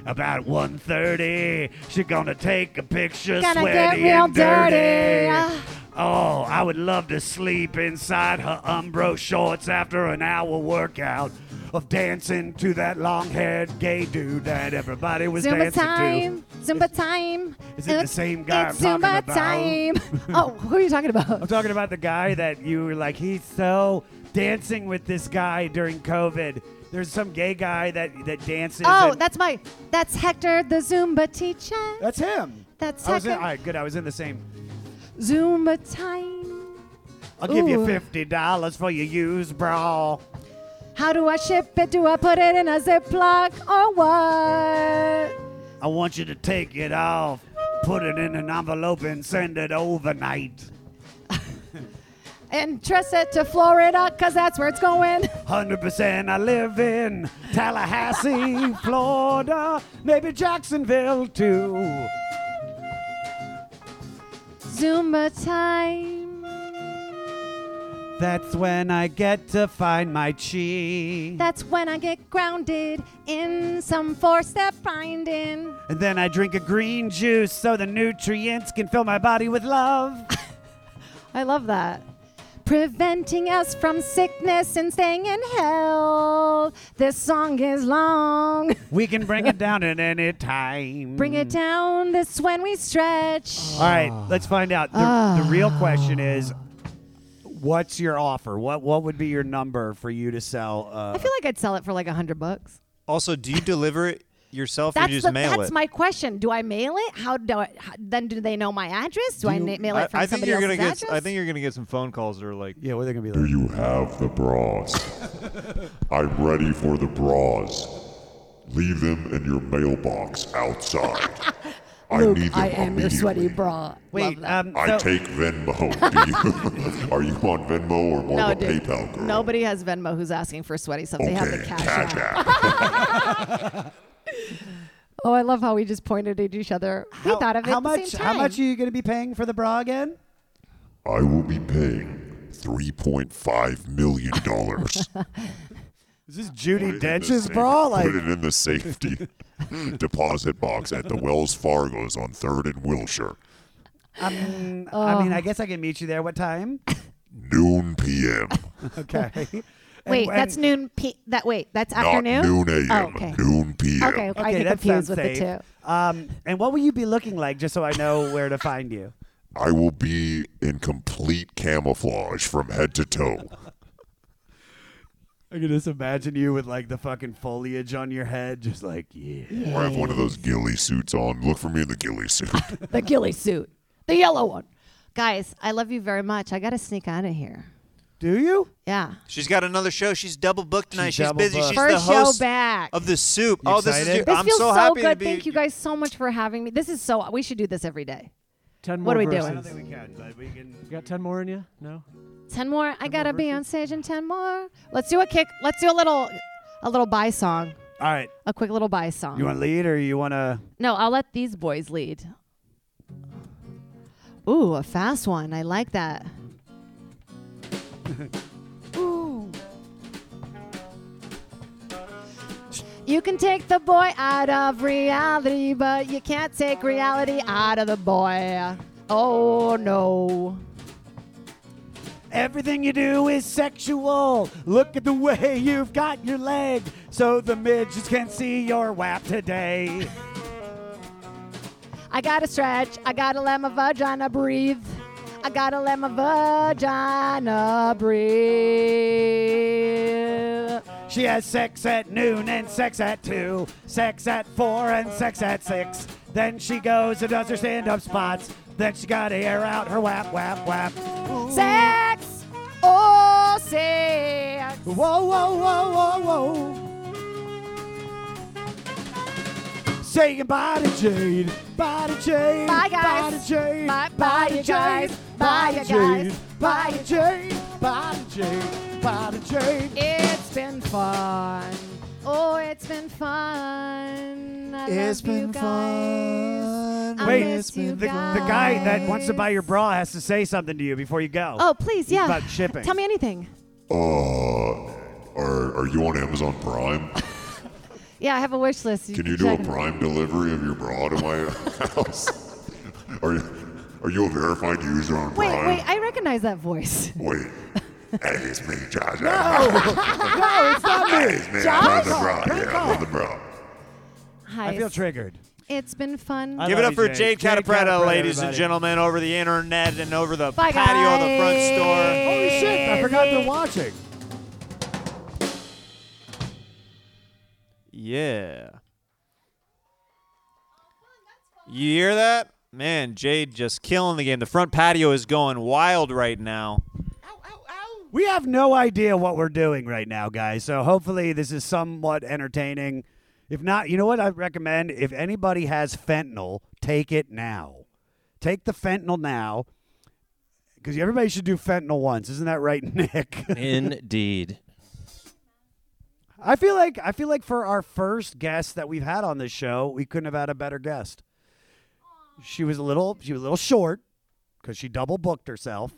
Speaker 5: About 1.30, she gonna take a picture
Speaker 8: Gonna get
Speaker 5: sweaty
Speaker 8: real
Speaker 5: and dirty.
Speaker 8: dirty.
Speaker 5: Oh, I would love to sleep inside her Umbro shorts after an hour workout of dancing to that long-haired gay dude that everybody was
Speaker 8: Zumba
Speaker 5: dancing
Speaker 8: time. Zumba time.
Speaker 5: Is it the
Speaker 8: It's-
Speaker 5: same guy
Speaker 8: It's
Speaker 5: I'm
Speaker 8: Zumba
Speaker 5: talking
Speaker 8: time.
Speaker 5: about? [laughs]
Speaker 8: oh, who are you talking
Speaker 5: I'm
Speaker 8: about?
Speaker 5: talking about the guy that you were like, he's so dancing with this guy during COVID. There's some gay guy that that dances.
Speaker 8: Oh,
Speaker 5: and-
Speaker 8: that's my. That's Hector, the Zumba teacher.
Speaker 5: that's him.
Speaker 8: That's
Speaker 5: I was in, all
Speaker 8: Hector.
Speaker 5: right, good. I was in the same.
Speaker 8: Zumba time.
Speaker 5: I'll give you
Speaker 8: Ooh.
Speaker 5: fifty dollars for your used bra.
Speaker 8: How do I ship it? Do I put it in a Ziploc or what?
Speaker 5: I want you to take it off, put it in an envelope, and send it overnight.
Speaker 8: And dress it to Florida, cause that's where it's going.
Speaker 5: Hundred percent. I live in
Speaker 8: [laughs]
Speaker 5: Tallahassee, Florida, maybe Jacksonville too.
Speaker 8: Zumba time.
Speaker 5: That's when I get to find my chi.
Speaker 8: That's when I get grounded in some four-step grinding.
Speaker 5: And then I drink a green juice so the nutrients can fill my body with love.
Speaker 8: I love that. Preventing us from sickness and staying in health. This song is long.
Speaker 5: We can bring it down at any time.
Speaker 8: Bring
Speaker 3: Mm.
Speaker 8: it down. This when we stretch.
Speaker 5: All right, let's find out. The, the real question is what's your offer? What what would be your number for you to sell?
Speaker 8: I
Speaker 5: Uh,
Speaker 8: feel like I'd sell it for like a hundred bucks.
Speaker 3: Also, do you deliver it yourself or
Speaker 8: That's
Speaker 3: you just
Speaker 8: the,
Speaker 3: mail
Speaker 8: that's
Speaker 3: it?
Speaker 8: my question. Do I mail it? How do I? How, then do they know my address? Do I na- mail
Speaker 3: I,
Speaker 8: it from
Speaker 3: I think
Speaker 8: somebody
Speaker 3: you're gonna
Speaker 8: else's
Speaker 3: get.
Speaker 8: address?
Speaker 3: I think you're gonna get some phone calls that are like,
Speaker 5: yeah, what are they going to be
Speaker 1: Do
Speaker 5: like?
Speaker 1: you have the bras? I'm ready for the bras. Leave them in your mailbox outside. I need them immediately.
Speaker 8: bra.
Speaker 5: Wait, um,
Speaker 1: I
Speaker 5: so-
Speaker 1: take Venmo. Do you, [laughs] are you on Venmo or more
Speaker 8: No,
Speaker 1: of a
Speaker 8: dude.
Speaker 1: PayPal girl?
Speaker 8: Nobody has Venmo who's asking for sweaty stuff. They have the
Speaker 1: Okay,
Speaker 8: cash,
Speaker 1: cash
Speaker 8: app.
Speaker 1: app.
Speaker 8: Oh, I love how we just pointed at each other. We
Speaker 5: how,
Speaker 8: thought of it
Speaker 5: how
Speaker 8: at the
Speaker 5: much?
Speaker 8: same
Speaker 5: How
Speaker 8: time.
Speaker 5: much are you going to be paying for the bra again?
Speaker 1: I will be paying $3.5 million. Put
Speaker 5: Is this Judy
Speaker 1: it in the
Speaker 5: Dench's
Speaker 1: safe-
Speaker 5: bra? Like,
Speaker 1: Put it in the safety [laughs] deposit box at the Wells Fargo's on 3rd and Wilshire.
Speaker 5: um,
Speaker 8: Oh.
Speaker 5: I mean, I guess I can meet you there.
Speaker 8: [laughs]
Speaker 5: What time?
Speaker 1: Noon p.m.
Speaker 5: Okay. And-
Speaker 8: Wait,
Speaker 5: and-
Speaker 8: that's noon. P- that wait, that's
Speaker 1: Not
Speaker 8: afternoon.
Speaker 1: noon a.m.
Speaker 8: Oh, okay.
Speaker 1: Noon p.m.
Speaker 8: Okay, okay. I
Speaker 5: Okay,
Speaker 8: get
Speaker 5: that
Speaker 8: confused
Speaker 5: sounds
Speaker 8: with
Speaker 5: safe.
Speaker 8: the two.
Speaker 5: Um, and what will you be looking like, just so I know where to find you?
Speaker 1: I will be in complete camouflage from head to toe.
Speaker 5: I can just imagine you with like the fucking foliage on your head, just like yeah.
Speaker 1: Or have one of those ghillie suits on. Look for me in the ghillie suit.
Speaker 8: The ghillie suit, the yellow one. Guys, I love you very much. I gotta sneak out of here.
Speaker 5: Do you?
Speaker 8: Yeah.
Speaker 3: she's got another show. She's double booked tonight. She's,
Speaker 5: double
Speaker 3: busy.
Speaker 5: booked.
Speaker 3: She's
Speaker 8: First
Speaker 3: the
Speaker 8: show
Speaker 3: host
Speaker 8: back.
Speaker 3: of the soup.
Speaker 5: You
Speaker 3: oh, this is.
Speaker 5: excited?
Speaker 3: your-
Speaker 8: this
Speaker 3: I'm
Speaker 8: feels
Speaker 3: so happy
Speaker 8: good.
Speaker 3: to be.
Speaker 8: Thank you guys so much for having me. This is so. We should do this every day.
Speaker 9: Ten more
Speaker 8: What are we
Speaker 9: verses.
Speaker 8: doing?
Speaker 5: we can, but we can.
Speaker 9: You got ten more in you? No.
Speaker 8: Ten more. I gotta be on stage in ten more. Let's do a kick. Let's do a little, a little bye song.
Speaker 5: All right,
Speaker 8: A quick little bye song.
Speaker 5: you want to lead or you want to?
Speaker 8: No, I'll let these boys lead. Ooh, a fast one. I like [laughs] that. Ooh. You can take the boy out of reality, but you can't take reality out of the boy. Oh no.
Speaker 5: Everything you do is sexual. Look at the way you've got your leg, so the midgets can see your wap today.
Speaker 8: I gotta stretch. I gotta let my vagina breathe. I gotta let my vagina breathe.
Speaker 5: She has sex at noon and sex at two, sex at four and sex at six. Then she goes and does her stand-up spots. Then she got to air out her wap wap wap.
Speaker 8: Sex. Oh, sex.
Speaker 5: Whoa, whoa, whoa, whoa, whoa. Say goodbye to Jade. Bye to Jade.
Speaker 8: Bye, guys.
Speaker 5: Bye to Jade.
Speaker 8: Bye- bye,
Speaker 5: to
Speaker 8: you guys.
Speaker 5: Jade.
Speaker 8: Bye,
Speaker 5: Bye
Speaker 8: you
Speaker 5: to Jade.
Speaker 8: guys.
Speaker 5: Bye to Jade. Bye to Jade. Bye to Jade.
Speaker 8: It's been fun. Oh, it's been fun. I
Speaker 3: It's
Speaker 8: love you
Speaker 3: been
Speaker 8: guys.
Speaker 3: fun.
Speaker 8: I
Speaker 5: Wait,
Speaker 8: miss you
Speaker 5: the, the guy that wants to buy your bra has to say something to you before you go.
Speaker 8: Oh, please, yeah.
Speaker 5: About shipping.
Speaker 8: Tell me anything.
Speaker 1: Uh, are, are you on Amazon Prime?
Speaker 8: Yeah, I have a wish list.
Speaker 1: Can you do a
Speaker 8: check.
Speaker 1: Prime delivery of your bra to my house? [laughs] Are you, are you a verified user on
Speaker 8: Wait,
Speaker 1: Prime?
Speaker 8: wait, I recognize that voice.
Speaker 1: Wait. Hey, it's me, Josh. No, no, it's [laughs] not me. It's me. I love the bra. Yeah, I love the bra.
Speaker 8: Hi.
Speaker 5: [laughs] I feel triggered.
Speaker 8: it's been fun.
Speaker 5: I
Speaker 3: Give it
Speaker 5: love
Speaker 3: up for
Speaker 5: you,
Speaker 3: Jade
Speaker 5: Jade. Jade
Speaker 3: Catapretta,
Speaker 5: Catapretta,
Speaker 3: ladies and
Speaker 5: everybody.
Speaker 3: gentlemen, over the internet and over the
Speaker 8: Bye,
Speaker 3: patio of the front store.
Speaker 8: guys.
Speaker 5: Holy shit, I forgot they're watching.
Speaker 3: Yeah. You hear that? Man, Jade just killing the game. The front patio is going wild right now.
Speaker 5: We have no idea what we're doing right now, guys. So hopefully this is somewhat entertaining. If not, you know what I recommend? If anybody has fentanyl, take it now. Take the fentanyl now. Because everybody should do fentanyl once, isn't that right, [laughs] Nick?
Speaker 11: [laughs]
Speaker 9: Indeed.
Speaker 5: I feel like I feel like for our first guest that we've had on this show, we couldn't have had a better guest. She was a little she was a little short because she double booked herself.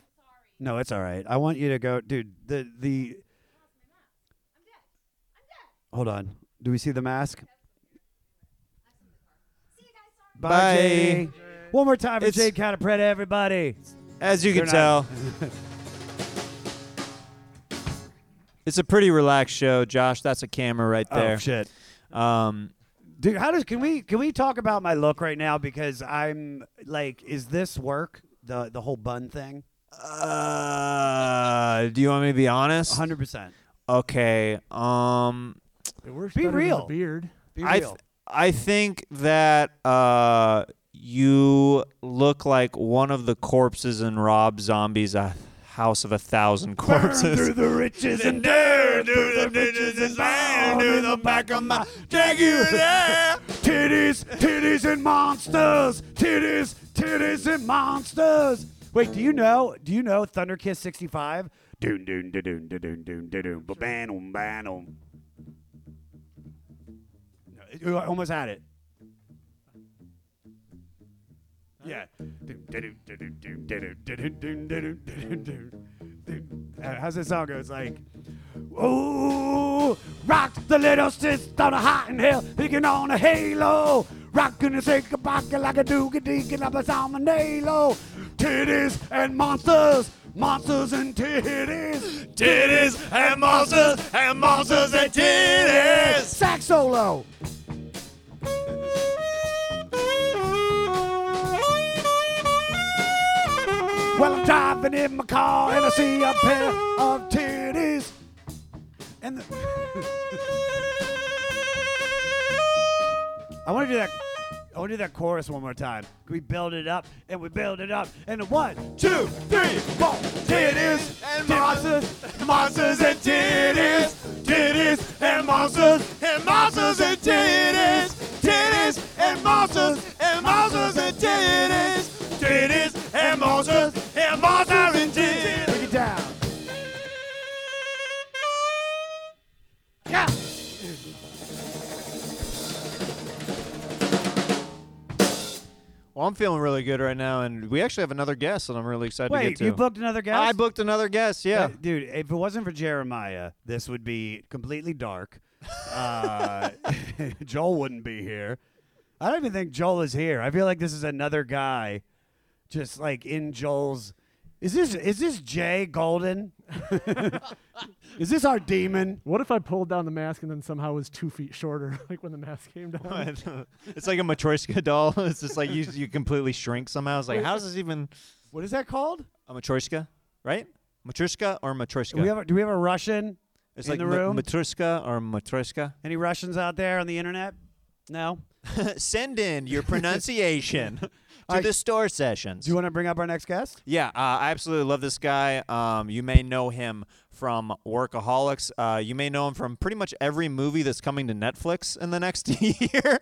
Speaker 5: No, it's all right. I want you to go, dude. The the. Hold on. Do we see the mask? Bye.
Speaker 3: Bye.
Speaker 5: Jay. One more time for
Speaker 3: It's-
Speaker 5: Jade Catapretta, everybody.
Speaker 3: As you can
Speaker 5: Good
Speaker 3: tell,
Speaker 5: [laughs]
Speaker 3: it's a pretty relaxed show, Josh. That's a camera right
Speaker 5: Oh
Speaker 3: there.
Speaker 5: shit.
Speaker 3: um,
Speaker 5: Dude, how does can we can we talk about my look right now because I'm like, is this work the the whole bun thing?
Speaker 3: uh, do you want me to be honest?
Speaker 5: hundred percent.
Speaker 3: Okay. Um,
Speaker 10: It works
Speaker 5: Be
Speaker 10: better than
Speaker 5: real.
Speaker 10: a beard.
Speaker 5: Be
Speaker 3: I
Speaker 5: real.
Speaker 3: th- I think that uh, you look like one of the corpses in Rob Zombie's uh, House of a Thousand Corpses. [laughs]
Speaker 5: the riches and dirt, through the riches and burn, through the back of my jaguar. titties, titties and monsters, titties, titties and monsters. Wait, do you know? Do you know Thunderkiss sixty five? Doon doon doon doon doon doon doon doon ba banum banum. No, it- I almost had it. Yeah. Uh, How's this song go? It's like, ooh, rock the little sister on a hot and hell, thinking on a halo. Rockin' a shake a pocket like a dookie deacon up a salmonello. Titties and monsters, monsters and titties. Titties and monsters, and monsters and titties. Sax solo. Well, I'm driving in my car and I see a pair of titties. And the... [laughs] I want to do that. I want to do that chorus one more time. We build it up and we build it up and a one, two, three, four. Titties and monsters, monsters and titties, titties and monsters, and monsters and titties, titties and monsters, and monsters and titties, titties and monsters, and monsters and titties. Break it down. Yeah.
Speaker 3: well, I'm feeling really good right now, and we actually have another guest, and I'm really excited to get
Speaker 5: Wait,
Speaker 3: to.
Speaker 5: you booked another guest?
Speaker 3: I booked another guest. Yeah.
Speaker 5: Uh, dude, if it wasn't for Jeremiah, this would be completely dark. Uh, [laughs] Joel wouldn't be here. I don't even think Joel is here. I feel like this is another guy, just like in Joel's. Is this is this Jay Golden? [laughs] is this our demon?
Speaker 10: What if I pulled down the mask and then somehow was two feet shorter, [laughs] like when the mask came down? [laughs]
Speaker 3: [laughs] it's like a Matryoshka doll. [laughs] It's just like you you completely shrink somehow. It's like how is this even
Speaker 5: What is that called?
Speaker 3: a Matryoshka, right? Matryoshka or Matryoshka?
Speaker 5: Do we have a, do we have a Russian?
Speaker 3: it's
Speaker 5: in
Speaker 3: like
Speaker 5: the
Speaker 3: ma-
Speaker 5: room?
Speaker 3: Matryoshka or Matryoshka.
Speaker 5: Any Russians out there on the internet? No.
Speaker 3: Uh, Send in your pronunciation to
Speaker 5: right.
Speaker 3: the store sessions.
Speaker 5: Do you want to bring up our next guest?
Speaker 3: Yeah, uh, I absolutely love this guy. Um, you may know him from Workaholics. Uh, you may know him from pretty much every movie that's coming to Netflix in the next [laughs] year.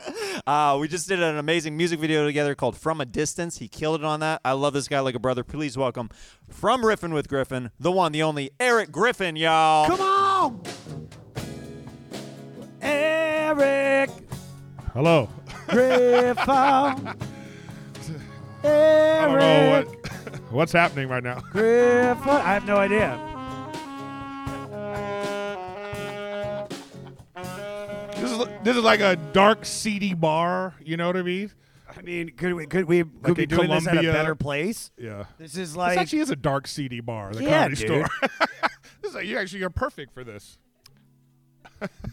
Speaker 3: Uh, we just did an amazing music video together called From a Distance. He killed it on that. I love this guy like a brother. Please welcome from Riffin with Griffin, the one, the only Eric Griffin, y'all.
Speaker 5: Come on, Eric.
Speaker 11: Hello.
Speaker 5: [laughs]
Speaker 11: [laughs]
Speaker 5: Griffo.
Speaker 11: I don't know
Speaker 5: Eric
Speaker 11: what, [laughs] what's happening right now.
Speaker 5: Griffo. I have no idea.
Speaker 11: This is this is like a dark, seedy bar. You know what I mean?
Speaker 5: I mean, could we could we could
Speaker 11: Like
Speaker 5: be
Speaker 11: in
Speaker 5: doing this at a
Speaker 11: Colombia.
Speaker 5: better place?
Speaker 11: Yeah.
Speaker 5: This is
Speaker 11: this
Speaker 5: like
Speaker 11: actually is a dark, seedy bar. The
Speaker 5: Yeah,
Speaker 11: comedy
Speaker 5: dude.
Speaker 11: store.
Speaker 3: [laughs]
Speaker 11: [laughs] this is like, you actually are perfect for this.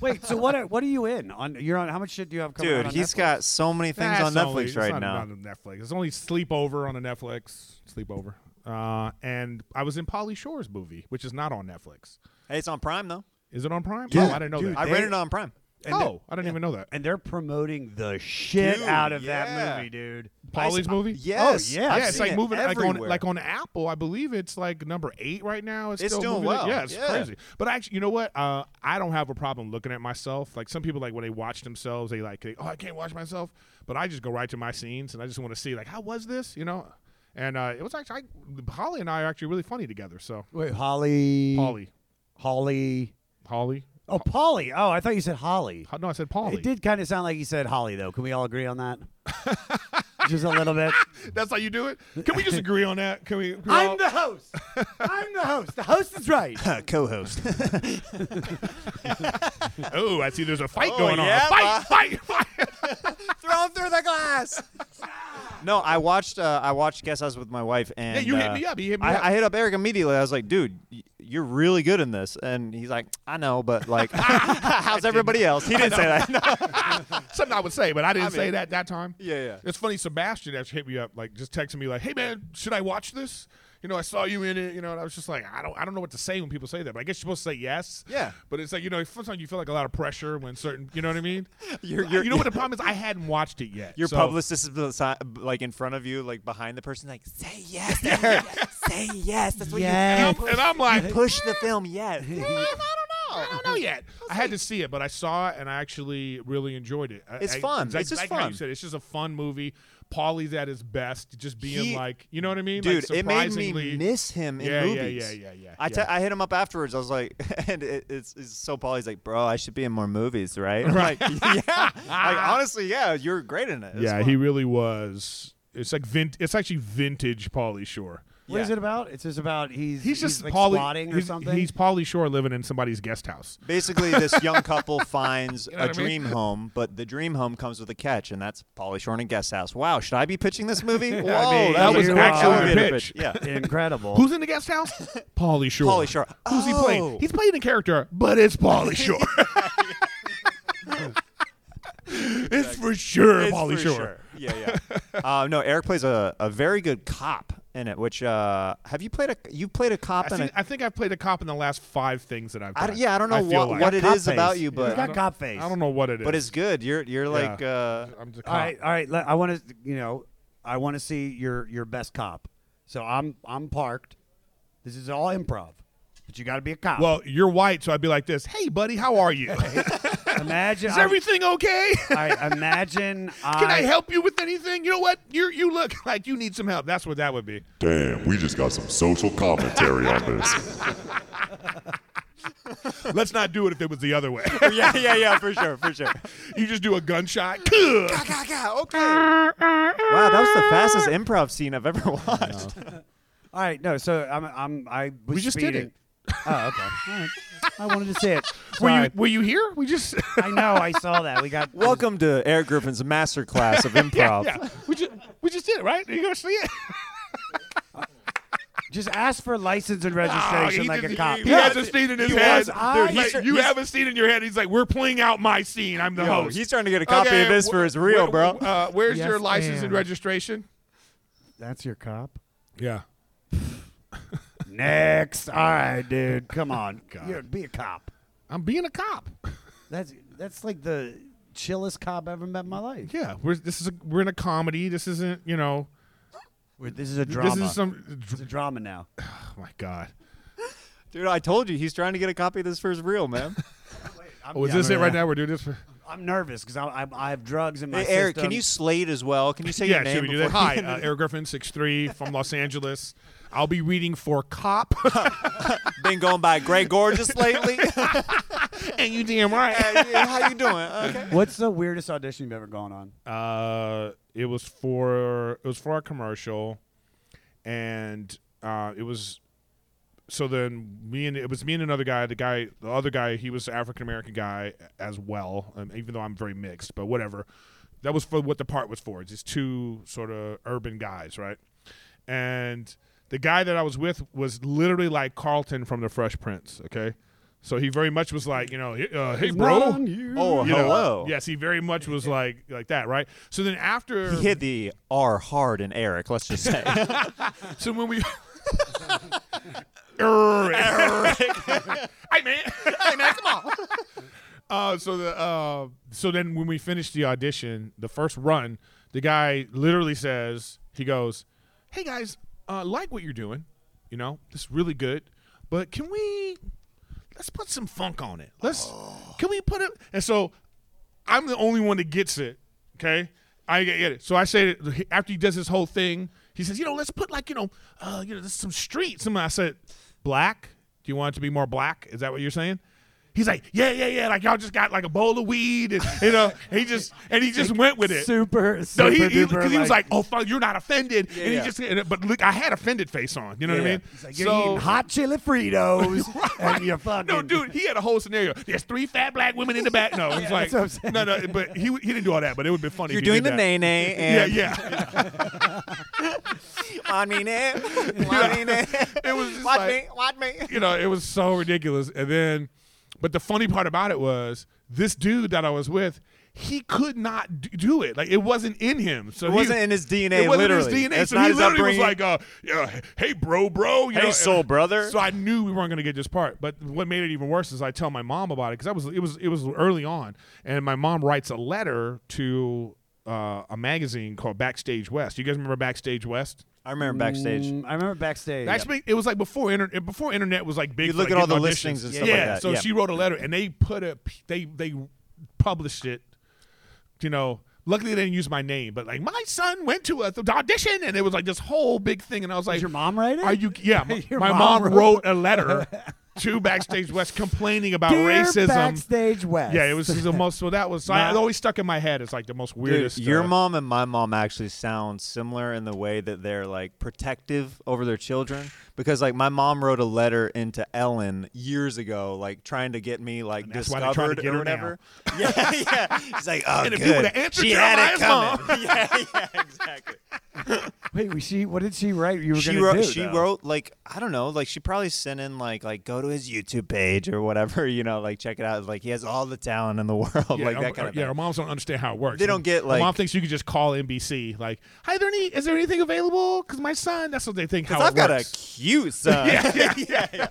Speaker 5: wait. So what are what are you in on? You're on how much shit do you have coming out
Speaker 3: Dude,
Speaker 5: on
Speaker 3: he's
Speaker 5: Netflix?
Speaker 3: got so many things
Speaker 11: Nah,
Speaker 3: on
Speaker 11: it's not only-
Speaker 3: Netflix
Speaker 11: it's
Speaker 3: right
Speaker 11: not
Speaker 3: now.
Speaker 11: on Netflix. It's only Sleepover on the Netflix. Sleepover. Uh, and I was in Polly Shore's movie, which is not on Netflix.
Speaker 3: Hey, it's on Prime though.
Speaker 11: Is it on Prime?
Speaker 5: Yeah,
Speaker 11: oh, I didn't know
Speaker 5: dude,
Speaker 11: that.
Speaker 3: I
Speaker 5: They-
Speaker 3: rented it on Prime.
Speaker 5: and
Speaker 11: oh, I didn't even know that.
Speaker 5: and they're promoting the shit
Speaker 3: Dude,
Speaker 5: out of
Speaker 3: yeah.
Speaker 5: that movie, dude.
Speaker 11: Polly's movie.
Speaker 5: Oh,
Speaker 3: Yes.
Speaker 5: yeah,
Speaker 3: I've
Speaker 11: yeah, it's
Speaker 3: seen
Speaker 11: like
Speaker 3: it
Speaker 11: moving like on
Speaker 3: everywhere.
Speaker 11: like on Apple. I believe it's like number eight right now. It's,
Speaker 3: It's
Speaker 11: still
Speaker 3: doing
Speaker 11: moving it.
Speaker 3: well.
Speaker 11: Yeah, it's
Speaker 3: Yeah.
Speaker 11: crazy. But actually, you know what? Uh, I don't have a problem looking at myself. Like some people, like when they watch themselves, they like, they, oh, I can't watch myself. But I just go right to my scenes, and I just want to see like, how was this? You know. And uh, it was actually I, Holly and I are actually really funny together. So
Speaker 5: Wait, Holly.
Speaker 11: Polly,
Speaker 5: Holly.
Speaker 11: Holly.
Speaker 5: Oh, Polly. Oh, I thought you said Holly.
Speaker 11: No, I said Polly.
Speaker 5: It did kind of sound like you said Holly, though. Can we all agree on that? Just a little bit.
Speaker 11: [laughs] That's how you do it.
Speaker 5: [laughs]
Speaker 11: Can we just agree on that? Can we? can we all-
Speaker 5: I'm the host. I'm the host. The host is right.
Speaker 3: co-host.
Speaker 11: oh, I see. There's a fight
Speaker 3: Oh,
Speaker 11: going
Speaker 3: yeah,
Speaker 11: on. A Fight, fight, fight.
Speaker 3: [laughs] Throw him through the glass. no, I watched. Uh, I watched Guest House with my wife, and
Speaker 11: you hit
Speaker 3: uh,
Speaker 11: me up, you hit me
Speaker 3: I,
Speaker 11: up.
Speaker 3: I hit up Eric immediately. I was like, "Dude, y- you're really good in this," and he's like, "I know, but [laughs] like, how's everybody else?" He didn't say that. [laughs] No.
Speaker 11: Something I would say, but I didn't say that that time.
Speaker 3: Yeah, yeah.
Speaker 11: It's funny. Sebastian actually hit me up, like just texting me, like, "Hey man, should I watch this?" You know, I saw you in it. You know, and I was just like, I don't, I don't know what to say when people say that, but I guess you're supposed to say yes.
Speaker 3: Yeah.
Speaker 11: But it's like you know, sometimes you feel like a lot of pressure when certain, you know what I mean?
Speaker 3: [laughs] You're-
Speaker 11: Uh,
Speaker 3: you're- [laughs]
Speaker 11: you know what the problem is? I hadn't watched it yet.
Speaker 3: Your
Speaker 11: so-
Speaker 3: publicist is besi- like in front of you, like behind the person, like, "Say yes, [laughs] to her. say yes." That's what
Speaker 11: And
Speaker 5: Yes.
Speaker 11: I'm, and I'm like,
Speaker 3: you push the film. [laughs] Yes.
Speaker 11: I don't know yet. I had to see it, but I saw it and I actually really enjoyed it. I-
Speaker 3: It's
Speaker 11: I-
Speaker 3: fun.
Speaker 11: like-
Speaker 3: It's just
Speaker 11: like how you
Speaker 3: fun.
Speaker 11: said, it's just a fun movie. Paulie's at his best, just being
Speaker 3: He-
Speaker 11: like, you know what I mean,
Speaker 3: Dude,
Speaker 11: Like
Speaker 3: it made me
Speaker 11: surprisingly-
Speaker 3: miss him in
Speaker 11: Yeah, yeah,
Speaker 3: movies.
Speaker 11: yeah, yeah, yeah,
Speaker 3: I, te-
Speaker 11: yeah.
Speaker 3: I hit him up afterwards. I was like, [laughs] and it, it's, it's so Paul. He's like, bro, I should be in more movies, right? I'm like, [laughs] yeah.
Speaker 11: [laughs]
Speaker 3: Like, honestly, yeah, you're great in it. It was
Speaker 11: Yeah,
Speaker 3: fun.
Speaker 11: he really was. It's like vint. It's actually vintage Paulie Shore.
Speaker 5: What is
Speaker 3: Yeah.
Speaker 11: [laughs]
Speaker 5: it [laughs] about? It's just about he's
Speaker 11: He's just
Speaker 5: like
Speaker 11: Pauly-
Speaker 5: squatting or
Speaker 11: he's,
Speaker 5: something.
Speaker 11: He's Paulie Shore living in somebody's guest house.
Speaker 3: Basically, this young
Speaker 11: [laughs]
Speaker 3: couple finds
Speaker 11: know
Speaker 3: a
Speaker 11: what I mean?
Speaker 3: dream home, but the dream home comes with a catch, and that's Polly Shore in a guest house. Wow, should I be pitching this movie?
Speaker 11: [laughs]
Speaker 3: Whoa,
Speaker 5: mean,
Speaker 3: that was
Speaker 5: you
Speaker 3: actually
Speaker 5: are-
Speaker 3: a good
Speaker 11: pitch.
Speaker 3: Yeah,
Speaker 5: incredible.
Speaker 11: Who's in the
Speaker 3: [laughs]
Speaker 11: guest house? Paulie Shore.
Speaker 3: Pauly Shore.
Speaker 11: Who's he
Speaker 3: Oh.
Speaker 11: playing? He's playing a character, but
Speaker 3: [laughs]
Speaker 11: it's Paulie Shore. [laughs] It's for sure,
Speaker 3: It's
Speaker 11: Paulie
Speaker 3: for
Speaker 11: Shore.
Speaker 3: Yeah, yeah. [laughs] uh, no, Eric plays a, a very good cop in it. Which uh, have you played a you played a cop
Speaker 11: I
Speaker 3: in
Speaker 11: think,
Speaker 3: it?
Speaker 11: I think I've played a cop in the last five things that I've
Speaker 3: I
Speaker 11: done.
Speaker 3: don't- yeah, I don't know
Speaker 11: feel
Speaker 3: what,
Speaker 11: like.
Speaker 3: what it
Speaker 5: Cop
Speaker 3: is about
Speaker 5: face.
Speaker 3: you,
Speaker 5: He's
Speaker 3: but
Speaker 5: got cop face.
Speaker 11: I don't know what it is.
Speaker 3: but it's good. You're you're
Speaker 11: Yeah.
Speaker 3: like
Speaker 11: [laughs]
Speaker 3: uh,
Speaker 11: I'm just a
Speaker 5: All
Speaker 11: cop.
Speaker 5: right, all right. let- I want to, you know, I want to see your your best cop. So I'm I'm parked. This is all improv, but you got to be a cop.
Speaker 11: Well, you're white, so I'd be like this. Hey, buddy, how
Speaker 3: [laughs]
Speaker 11: are you? [laughs]
Speaker 5: imagine.
Speaker 11: Is
Speaker 5: I'm-
Speaker 11: everything okay?
Speaker 5: all right, imagine.
Speaker 11: [laughs] Can I help you with anything? You know what? You you look [laughs] like you need some help. That's what that would be.
Speaker 1: Damn, we just got some social commentary on this.
Speaker 11: Let's not do it if it was the other way. [laughs]
Speaker 3: yeah, yeah, yeah, for sure, for [laughs] sure.
Speaker 11: you just do a gunshot. [laughs] Kuh.
Speaker 3: Wow, that was the fastest improv scene I've ever [laughs] watched.
Speaker 5: All right, no. So I'm I'm I was
Speaker 11: We just did
Speaker 5: speeding.
Speaker 11: it.
Speaker 5: Oh, okay. All right. I wanted to see it.
Speaker 11: [laughs] Were you
Speaker 5: Sorry.
Speaker 11: were you here? We just [laughs]
Speaker 5: I know. I saw that. We got
Speaker 3: Welcome to Eric Griffin's masterclass of improv.
Speaker 11: [laughs] yeah. We just we just did it, right? You gonna see it?
Speaker 5: Just ask for license and
Speaker 11: Ah, he
Speaker 5: registration like
Speaker 11: just-
Speaker 5: a cop.
Speaker 11: He has a scene in his
Speaker 5: he
Speaker 11: head.
Speaker 5: was- I-
Speaker 11: Like,
Speaker 5: Dude, he's-
Speaker 11: you have a scene in your head. He's like, we're playing out my scene. I'm the
Speaker 3: Yo,
Speaker 11: host.
Speaker 3: he's trying to get a copy of this
Speaker 11: wh-
Speaker 3: for his reel,
Speaker 11: wh-
Speaker 3: bro.
Speaker 11: Uh, where's
Speaker 10: Yes,
Speaker 11: your license
Speaker 10: ma'am.
Speaker 11: and registration?
Speaker 5: That's your cop.
Speaker 11: Yeah.
Speaker 5: Next. All right, dude. Come on. You're, be a cop.
Speaker 11: I'm being a cop.
Speaker 5: That's that's like the chillest cop I've ever met in my life.
Speaker 11: Yeah, we're this is a, we're in a comedy. This isn't you know
Speaker 5: Wait, This is a drama.
Speaker 11: this is some.
Speaker 5: it's a drama now.
Speaker 11: Oh my god.
Speaker 3: Dude, I told you he's trying to get a copy of this for his reel,
Speaker 11: [laughs]
Speaker 3: man.
Speaker 5: I'm,
Speaker 11: Oh, is
Speaker 5: yeah,
Speaker 11: this
Speaker 5: I'm-
Speaker 11: it right now? We're doing this. For,
Speaker 5: I'm nervous because I, I, I have drugs in my
Speaker 3: hey, Eric, can
Speaker 5: system.
Speaker 3: you slate as well? Can you say your
Speaker 11: yeah,
Speaker 3: name?
Speaker 11: should we do that?
Speaker 3: before-
Speaker 11: Hi, uh, Eric Griffin, six three from Los Angeles. I'll be reading for cop. [laughs]
Speaker 3: Been going by Grey Gorgeous lately. [laughs]
Speaker 11: and you damn right.
Speaker 3: how you doing? Okay.
Speaker 5: What's the weirdest audition you've ever gone on?
Speaker 11: Uh, it was for it was for a commercial, and uh, it was so then me and it was me and another guy. The guy, the other guy, he was African American guy as well. Um, even though I'm very mixed, but whatever. That was for what the part was for. It's just two sort of urban guys, right? And the guy that I was with was literally like Carlton from The Fresh Prince. Okay, so he very much was like, you know, uh, hey bro,
Speaker 3: Oh,
Speaker 11: you know,
Speaker 3: hello.
Speaker 11: yes, he very much was like like that, right? So then after,
Speaker 3: He hit the R hard in Eric, let's just say.
Speaker 11: so
Speaker 3: [laughs]
Speaker 11: when we, Err. [laughs] hey man, hey man, come on. [laughs] Uh, so the uh, so then when we finished the audition, the first run, the guy literally says, he goes, "Hey guys, uh, like what you're doing, you know, it's really good, but can we?" Let's put some funk on it. Let's can we put it? And so I'm the only one that gets it. Okay, I get get it. So I say that after he does his whole thing, he says, you know, let's put like you know, uh, you know, there's some street. Some I said, black. Do you want it to be more black? Is that what you're saying? He's like, yeah, yeah, yeah. Like y'all just got like a bowl of weed, and you know, he just and he just went with it.
Speaker 5: Super,
Speaker 11: No,
Speaker 5: super
Speaker 11: he because he,
Speaker 5: duper,
Speaker 11: 'cause he was like, "Oh fuck, you're not offended," and he
Speaker 3: yeah.
Speaker 11: just and it- but look, I had offended face on. You know what I
Speaker 5: Yeah.
Speaker 11: mean?
Speaker 5: He's like, you're eating hot chili
Speaker 11: [laughs]
Speaker 5: Fritos and you're fucking. [laughs]
Speaker 11: No, dude, he had a whole scenario. There's three fat black women in the back. No, it's like
Speaker 5: that's what I'm saying.
Speaker 11: no, no. But he he didn't do all that. But it would be funny.
Speaker 3: You're
Speaker 11: if he
Speaker 3: doing
Speaker 11: did
Speaker 3: the nay
Speaker 11: that.
Speaker 3: nay
Speaker 11: [laughs] Yeah,
Speaker 3: and
Speaker 5: [laughs]
Speaker 11: yeah.
Speaker 3: on me
Speaker 11: [laughs]
Speaker 3: nay. On me nay.
Speaker 11: It was [laughs] just
Speaker 3: Watch
Speaker 11: like-
Speaker 3: me, watch me.
Speaker 11: you know, it was so ridiculous. And then, but the funny part about it was this dude that I was with, he could not d- do it. Like it wasn't in him. So
Speaker 3: It
Speaker 11: he-
Speaker 3: wasn't in his DNA,
Speaker 11: It wasn't in
Speaker 3: literally.
Speaker 11: his DNA.
Speaker 3: It's
Speaker 11: so
Speaker 3: not
Speaker 11: he
Speaker 3: his
Speaker 11: literally was
Speaker 3: upbringing.
Speaker 11: like, uh, yeah, "Hey, bro, bro, you
Speaker 3: Hey,
Speaker 11: know,
Speaker 3: soul
Speaker 11: and-
Speaker 3: brother.
Speaker 11: So I knew we weren't going to get this part. But what made it even worse is I tell my mom about it because I was it was it was early on, and my mom writes a letter to uh, a magazine called Backstage West. You guys remember Backstage West?
Speaker 3: I remember backstage.
Speaker 5: Mm, I remember backstage.
Speaker 11: Actually, it was like before internet. Before internet was like big.
Speaker 3: You
Speaker 11: for,
Speaker 3: look
Speaker 11: like,
Speaker 3: at all
Speaker 11: getting
Speaker 3: the
Speaker 11: auditions.
Speaker 3: listings and
Speaker 11: yeah.
Speaker 3: stuff like that,
Speaker 11: So
Speaker 3: yeah.
Speaker 11: she wrote a letter, and they put a p- they they published it. You know, luckily they didn't use my name, but like my son went to a th- audition, and it was like this whole big thing, and I was like,
Speaker 5: Did your mom write it?
Speaker 11: Are you?
Speaker 5: [laughs]
Speaker 11: Yeah, my,
Speaker 5: Your
Speaker 11: my
Speaker 5: mom
Speaker 11: mom,
Speaker 5: wrote-
Speaker 11: wrote
Speaker 5: [laughs]
Speaker 11: a letter to Backstage West complaining about
Speaker 5: Dear
Speaker 11: racism.
Speaker 5: Backstage West.
Speaker 11: Yeah, it was the most. So that was. So I, it always stuck in my head. It's like the most
Speaker 3: Dude,
Speaker 11: weirdest.
Speaker 3: your
Speaker 11: uh,
Speaker 3: mom and my mom actually sound similar in the way that they're like protective over their children because like my mom wrote a letter into Ellen years ago like trying to get me like
Speaker 11: that's why they're
Speaker 3: discovered
Speaker 11: trying to get
Speaker 3: or
Speaker 11: her now.
Speaker 3: whatever. [laughs] yeah, yeah. She's like, "Oh,
Speaker 11: And if you
Speaker 3: good.
Speaker 11: would've answered
Speaker 3: she had it
Speaker 11: Jeremiah's
Speaker 3: coming." [laughs] yeah, yeah, exactly.
Speaker 5: Wait, was she? What did she write? You were
Speaker 3: she
Speaker 5: gonna
Speaker 3: wrote
Speaker 5: do,
Speaker 3: she
Speaker 5: though?
Speaker 3: wrote like I don't know, like she probably sent in like like go to his YouTube page or whatever, [laughs] you know, like check it out. Like he has all the talent in the [laughs] world,
Speaker 11: Yeah,
Speaker 3: like
Speaker 11: our-
Speaker 3: that kind of
Speaker 11: yeah,
Speaker 3: thing.
Speaker 11: our moms don't understand how it works.
Speaker 3: They don't get,
Speaker 11: My mom
Speaker 3: like-
Speaker 11: thinks you can just call NBC. Like, hi, there any? Is there anything available? Because my son, that's what they think. How
Speaker 3: Because I've
Speaker 11: it
Speaker 3: got a
Speaker 11: works. [laughs]
Speaker 3: cute son. yeah, yeah, [laughs] yeah.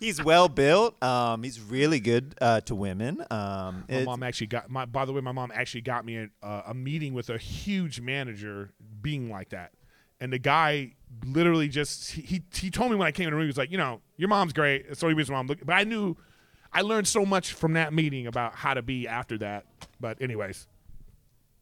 Speaker 3: He's well built. Um, he's really good uh, to women. Um,
Speaker 11: My
Speaker 3: it's-
Speaker 11: mom actually got my. By the way, my mom actually got me a, uh, a meeting with a huge manager being like that, and the guy literally just he he, he told me when I came in the room he was like, you know, your mom's great. That's the only reason why I'm looking. But I knew, I learned so much from that meeting about how to be after that. But anyways,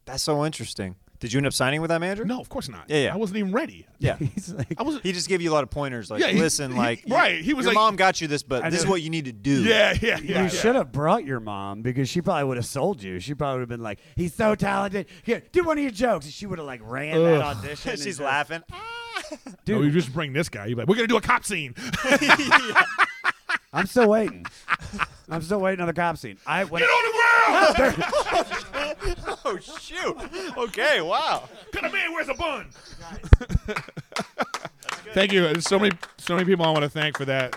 Speaker 3: that's so interesting. Did you end up signing with that manager?
Speaker 11: no, of course not.
Speaker 3: Yeah, yeah.
Speaker 11: I wasn't even ready. [laughs]
Speaker 3: Yeah.
Speaker 5: He's like,
Speaker 11: I wasn't.
Speaker 3: He just gave you a lot of pointers. Like,
Speaker 11: Yeah, he-
Speaker 3: listen,
Speaker 11: he-
Speaker 3: like,
Speaker 11: right, he was
Speaker 3: your
Speaker 11: like-
Speaker 3: mom got you this, but this is
Speaker 11: know.
Speaker 3: what you need to
Speaker 11: [laughs]
Speaker 3: do. [laughs]
Speaker 11: yeah, yeah,
Speaker 5: you
Speaker 11: yeah. yeah.
Speaker 5: should have brought your mom because she probably would have sold you. She probably would have been like, "He's so talented. Here, do one of your jokes." And she would have like ran that
Speaker 11: Ugh. [laughs]
Speaker 5: audition. and
Speaker 3: She's
Speaker 5: just-
Speaker 3: laughing. [laughs]
Speaker 11: Dude, you just bring this guy. You're like, we're gonna do a cop scene. [laughs]
Speaker 5: I'm still waiting. I'm still waiting on the cop scene. I when,
Speaker 11: on the ground.
Speaker 3: Oh shoot. Okay. Wow.
Speaker 11: Cut a man wears a bun. thank you. There's so many, so many people I want to thank for that,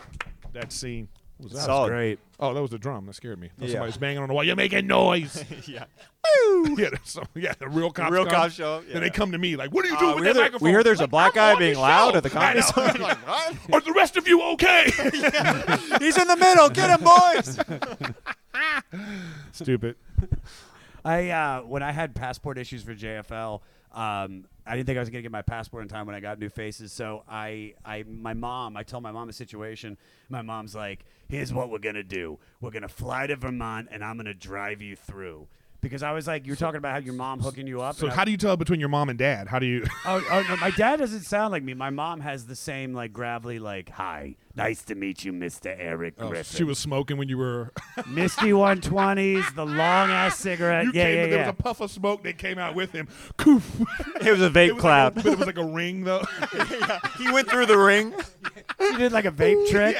Speaker 11: that scene. Was that?
Speaker 3: Solid.
Speaker 5: great.
Speaker 11: Oh, that was the drum. That scared me.
Speaker 3: Yeah.
Speaker 11: Somebody's banging on the wall. You're
Speaker 3: [laughs]
Speaker 11: making noise. [laughs]
Speaker 3: Yeah.
Speaker 11: yeah, that's so, yeah. The real cops.
Speaker 3: real
Speaker 11: come.
Speaker 3: cops show up, yeah.
Speaker 11: Then they come to me like, "What are you
Speaker 3: Uh,
Speaker 11: doing
Speaker 3: we,
Speaker 11: with
Speaker 3: hear
Speaker 11: that
Speaker 3: there-
Speaker 11: microphone?"
Speaker 3: we hear there's a
Speaker 11: Like,
Speaker 3: black
Speaker 11: "I'm
Speaker 3: guy
Speaker 11: on
Speaker 3: being
Speaker 11: the
Speaker 3: loud
Speaker 11: show."
Speaker 3: at the
Speaker 11: [laughs] I
Speaker 3: comedy store.
Speaker 11: know. Are the rest of
Speaker 3: [laughs]
Speaker 11: you okay?
Speaker 3: He's in the middle. Get him,
Speaker 11: [laughs]
Speaker 3: boys.
Speaker 11: Stupid.
Speaker 5: I uh, when I had passport issues for JFL, um, I didn't think I was gonna get my passport in time when I got new faces. So I, I, my mom, I tell my mom the situation. My mom's like, "Here's what we're gonna do. We're gonna fly to Vermont, and I'm gonna drive you through." Because I was like, you were talking about how your mom hooking you up.
Speaker 11: So
Speaker 5: and I-
Speaker 11: how do you tell between your mom
Speaker 3: [laughs]
Speaker 11: and dad? How do you?
Speaker 5: Oh, oh no, my dad doesn't sound like me. My mom has the same like gravelly like hi. Nice to meet you, Mr. Eric
Speaker 11: [laughs] Oh,
Speaker 5: Griffin.
Speaker 11: she was smoking when you
Speaker 3: [laughs]
Speaker 11: were. [laughs]
Speaker 5: Misty 120s, the long ass cigarette.
Speaker 11: you
Speaker 5: yeah,
Speaker 11: came,
Speaker 5: yeah,
Speaker 11: but there
Speaker 5: yeah.
Speaker 11: was a puff of smoke that came out with him. [laughs] Coof.
Speaker 3: [laughs] It was a vape
Speaker 11: It was like a-
Speaker 3: cloud.
Speaker 11: but it was like a ring though. [laughs]
Speaker 3: he went through the ring.
Speaker 5: she did like a vape trick.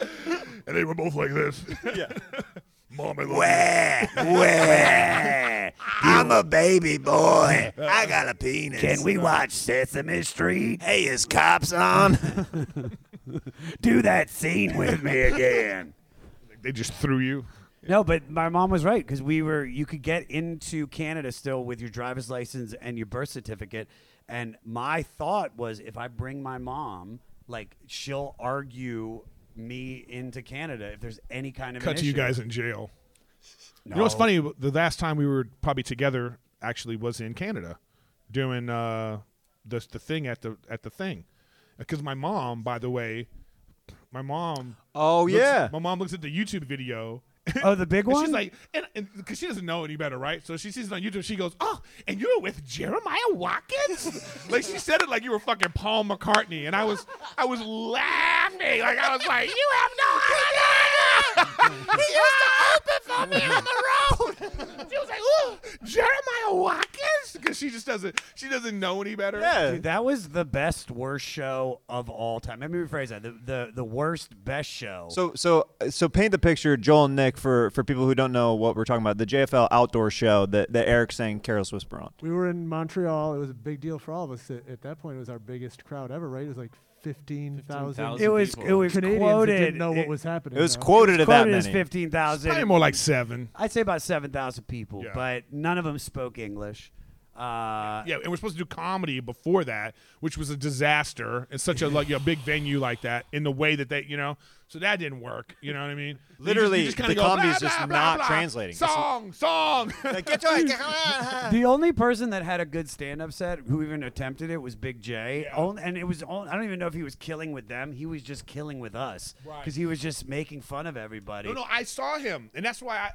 Speaker 11: and they were both like this. [laughs] Yeah. Mom, I love
Speaker 5: I'm a baby boy. I got a penis. Can we watch Sesame Street? Hey, is cops on? [laughs] Do that scene with me again.
Speaker 11: you. They just threw you.
Speaker 5: No, but my mom was right because we were. You could get into Canada still with your driver's license and your birth certificate. And my thought was, if I bring my mom, like she'll argue me into Canada if there's any kind of an
Speaker 11: Cut to you
Speaker 5: issue.
Speaker 11: guys in jail. You know what's
Speaker 5: No.
Speaker 11: funny? The last time we were probably together actually was in Canada, doing uh, the the thing at the at the thing, because my mom, by the way, my mom.
Speaker 3: Oh
Speaker 11: looks-
Speaker 3: yeah.
Speaker 11: my mom looks at the YouTube video.
Speaker 5: Oh, the big
Speaker 11: And
Speaker 5: one.
Speaker 11: she's like, because she doesn't know any better, right? So she sees it on YouTube. She goes, "Oh, and you were with Jeremiah Watkins?" [laughs] like she said it like you were fucking Paul McCartney, and I was, I was laughing. Like I was like, "You have no idea." [laughs] he used to open for me on the road. she was like, "Ooh, Jeremiah Watkins," because she just doesn't, she doesn't know any better.
Speaker 3: yeah.
Speaker 5: Dude, that was the best worst show of all time. Let me rephrase that. The the, the worst best show.
Speaker 3: So so so paint the picture, Joel and Nick, for for people who don't know what we're talking about. The JFL outdoor show that that Eric sang "Careless Whisper" on.
Speaker 10: We were in Montreal. It was a big deal for all of us. At, at that point, it was our biggest crowd ever, right? It was like 15,000
Speaker 5: it was it was
Speaker 10: Canadians
Speaker 5: quoted.
Speaker 10: that didn't know
Speaker 5: it,
Speaker 10: what was happening.
Speaker 3: It was
Speaker 10: you know?
Speaker 3: quoted at that
Speaker 5: quoted as
Speaker 3: many. [laughs]
Speaker 5: fifteen
Speaker 11: probably
Speaker 5: thousand.
Speaker 11: more like seven.
Speaker 5: I'd say about seven thousand people,
Speaker 11: Yeah.
Speaker 5: but none of them spoke English. Uh,
Speaker 11: Yeah, and we're supposed to do comedy before that, which was a disaster in such a like a big venue like that in the way that they, you know, so that didn't work. You know what I mean? You
Speaker 3: Literally,
Speaker 11: just, you just kinda
Speaker 3: the
Speaker 11: go,
Speaker 3: comedy
Speaker 11: "Blah,
Speaker 3: is just
Speaker 11: blah, blah,
Speaker 3: not
Speaker 11: blah,
Speaker 3: translating. It's [laughs]
Speaker 11: Song, song.
Speaker 5: [laughs] The only person that had a good stand-up set who even attempted it was Big J. Only- and it was on, I don't even know if he was killing with them. He was just killing with us
Speaker 11: Right.
Speaker 5: because he was just making fun of everybody.
Speaker 11: [laughs] no, no, I saw him, and that's why I.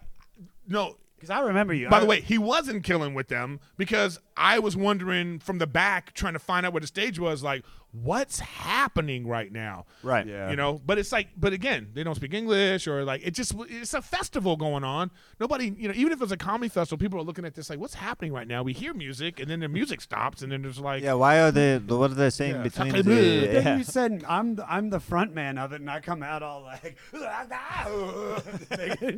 Speaker 11: No,
Speaker 5: Because I remember you.
Speaker 11: by
Speaker 5: I-
Speaker 11: the way, he wasn't killing with them because I was wondering from the back, trying to find out what the stage was like. What's happening right now?
Speaker 3: Right.
Speaker 11: You know, but it's like, but again, they don't speak English or like it just it's a festival going on. Nobody, you know, even if it's a comedy festival, people are looking at this like, what's happening right now? We hear music and then the music stops and then there's like,
Speaker 3: Yeah. Why are they? What are they saying between
Speaker 11: Fucking blue.
Speaker 3: the?
Speaker 5: Then you said I'm the, I'm the front man of it, and I come out all like [laughs]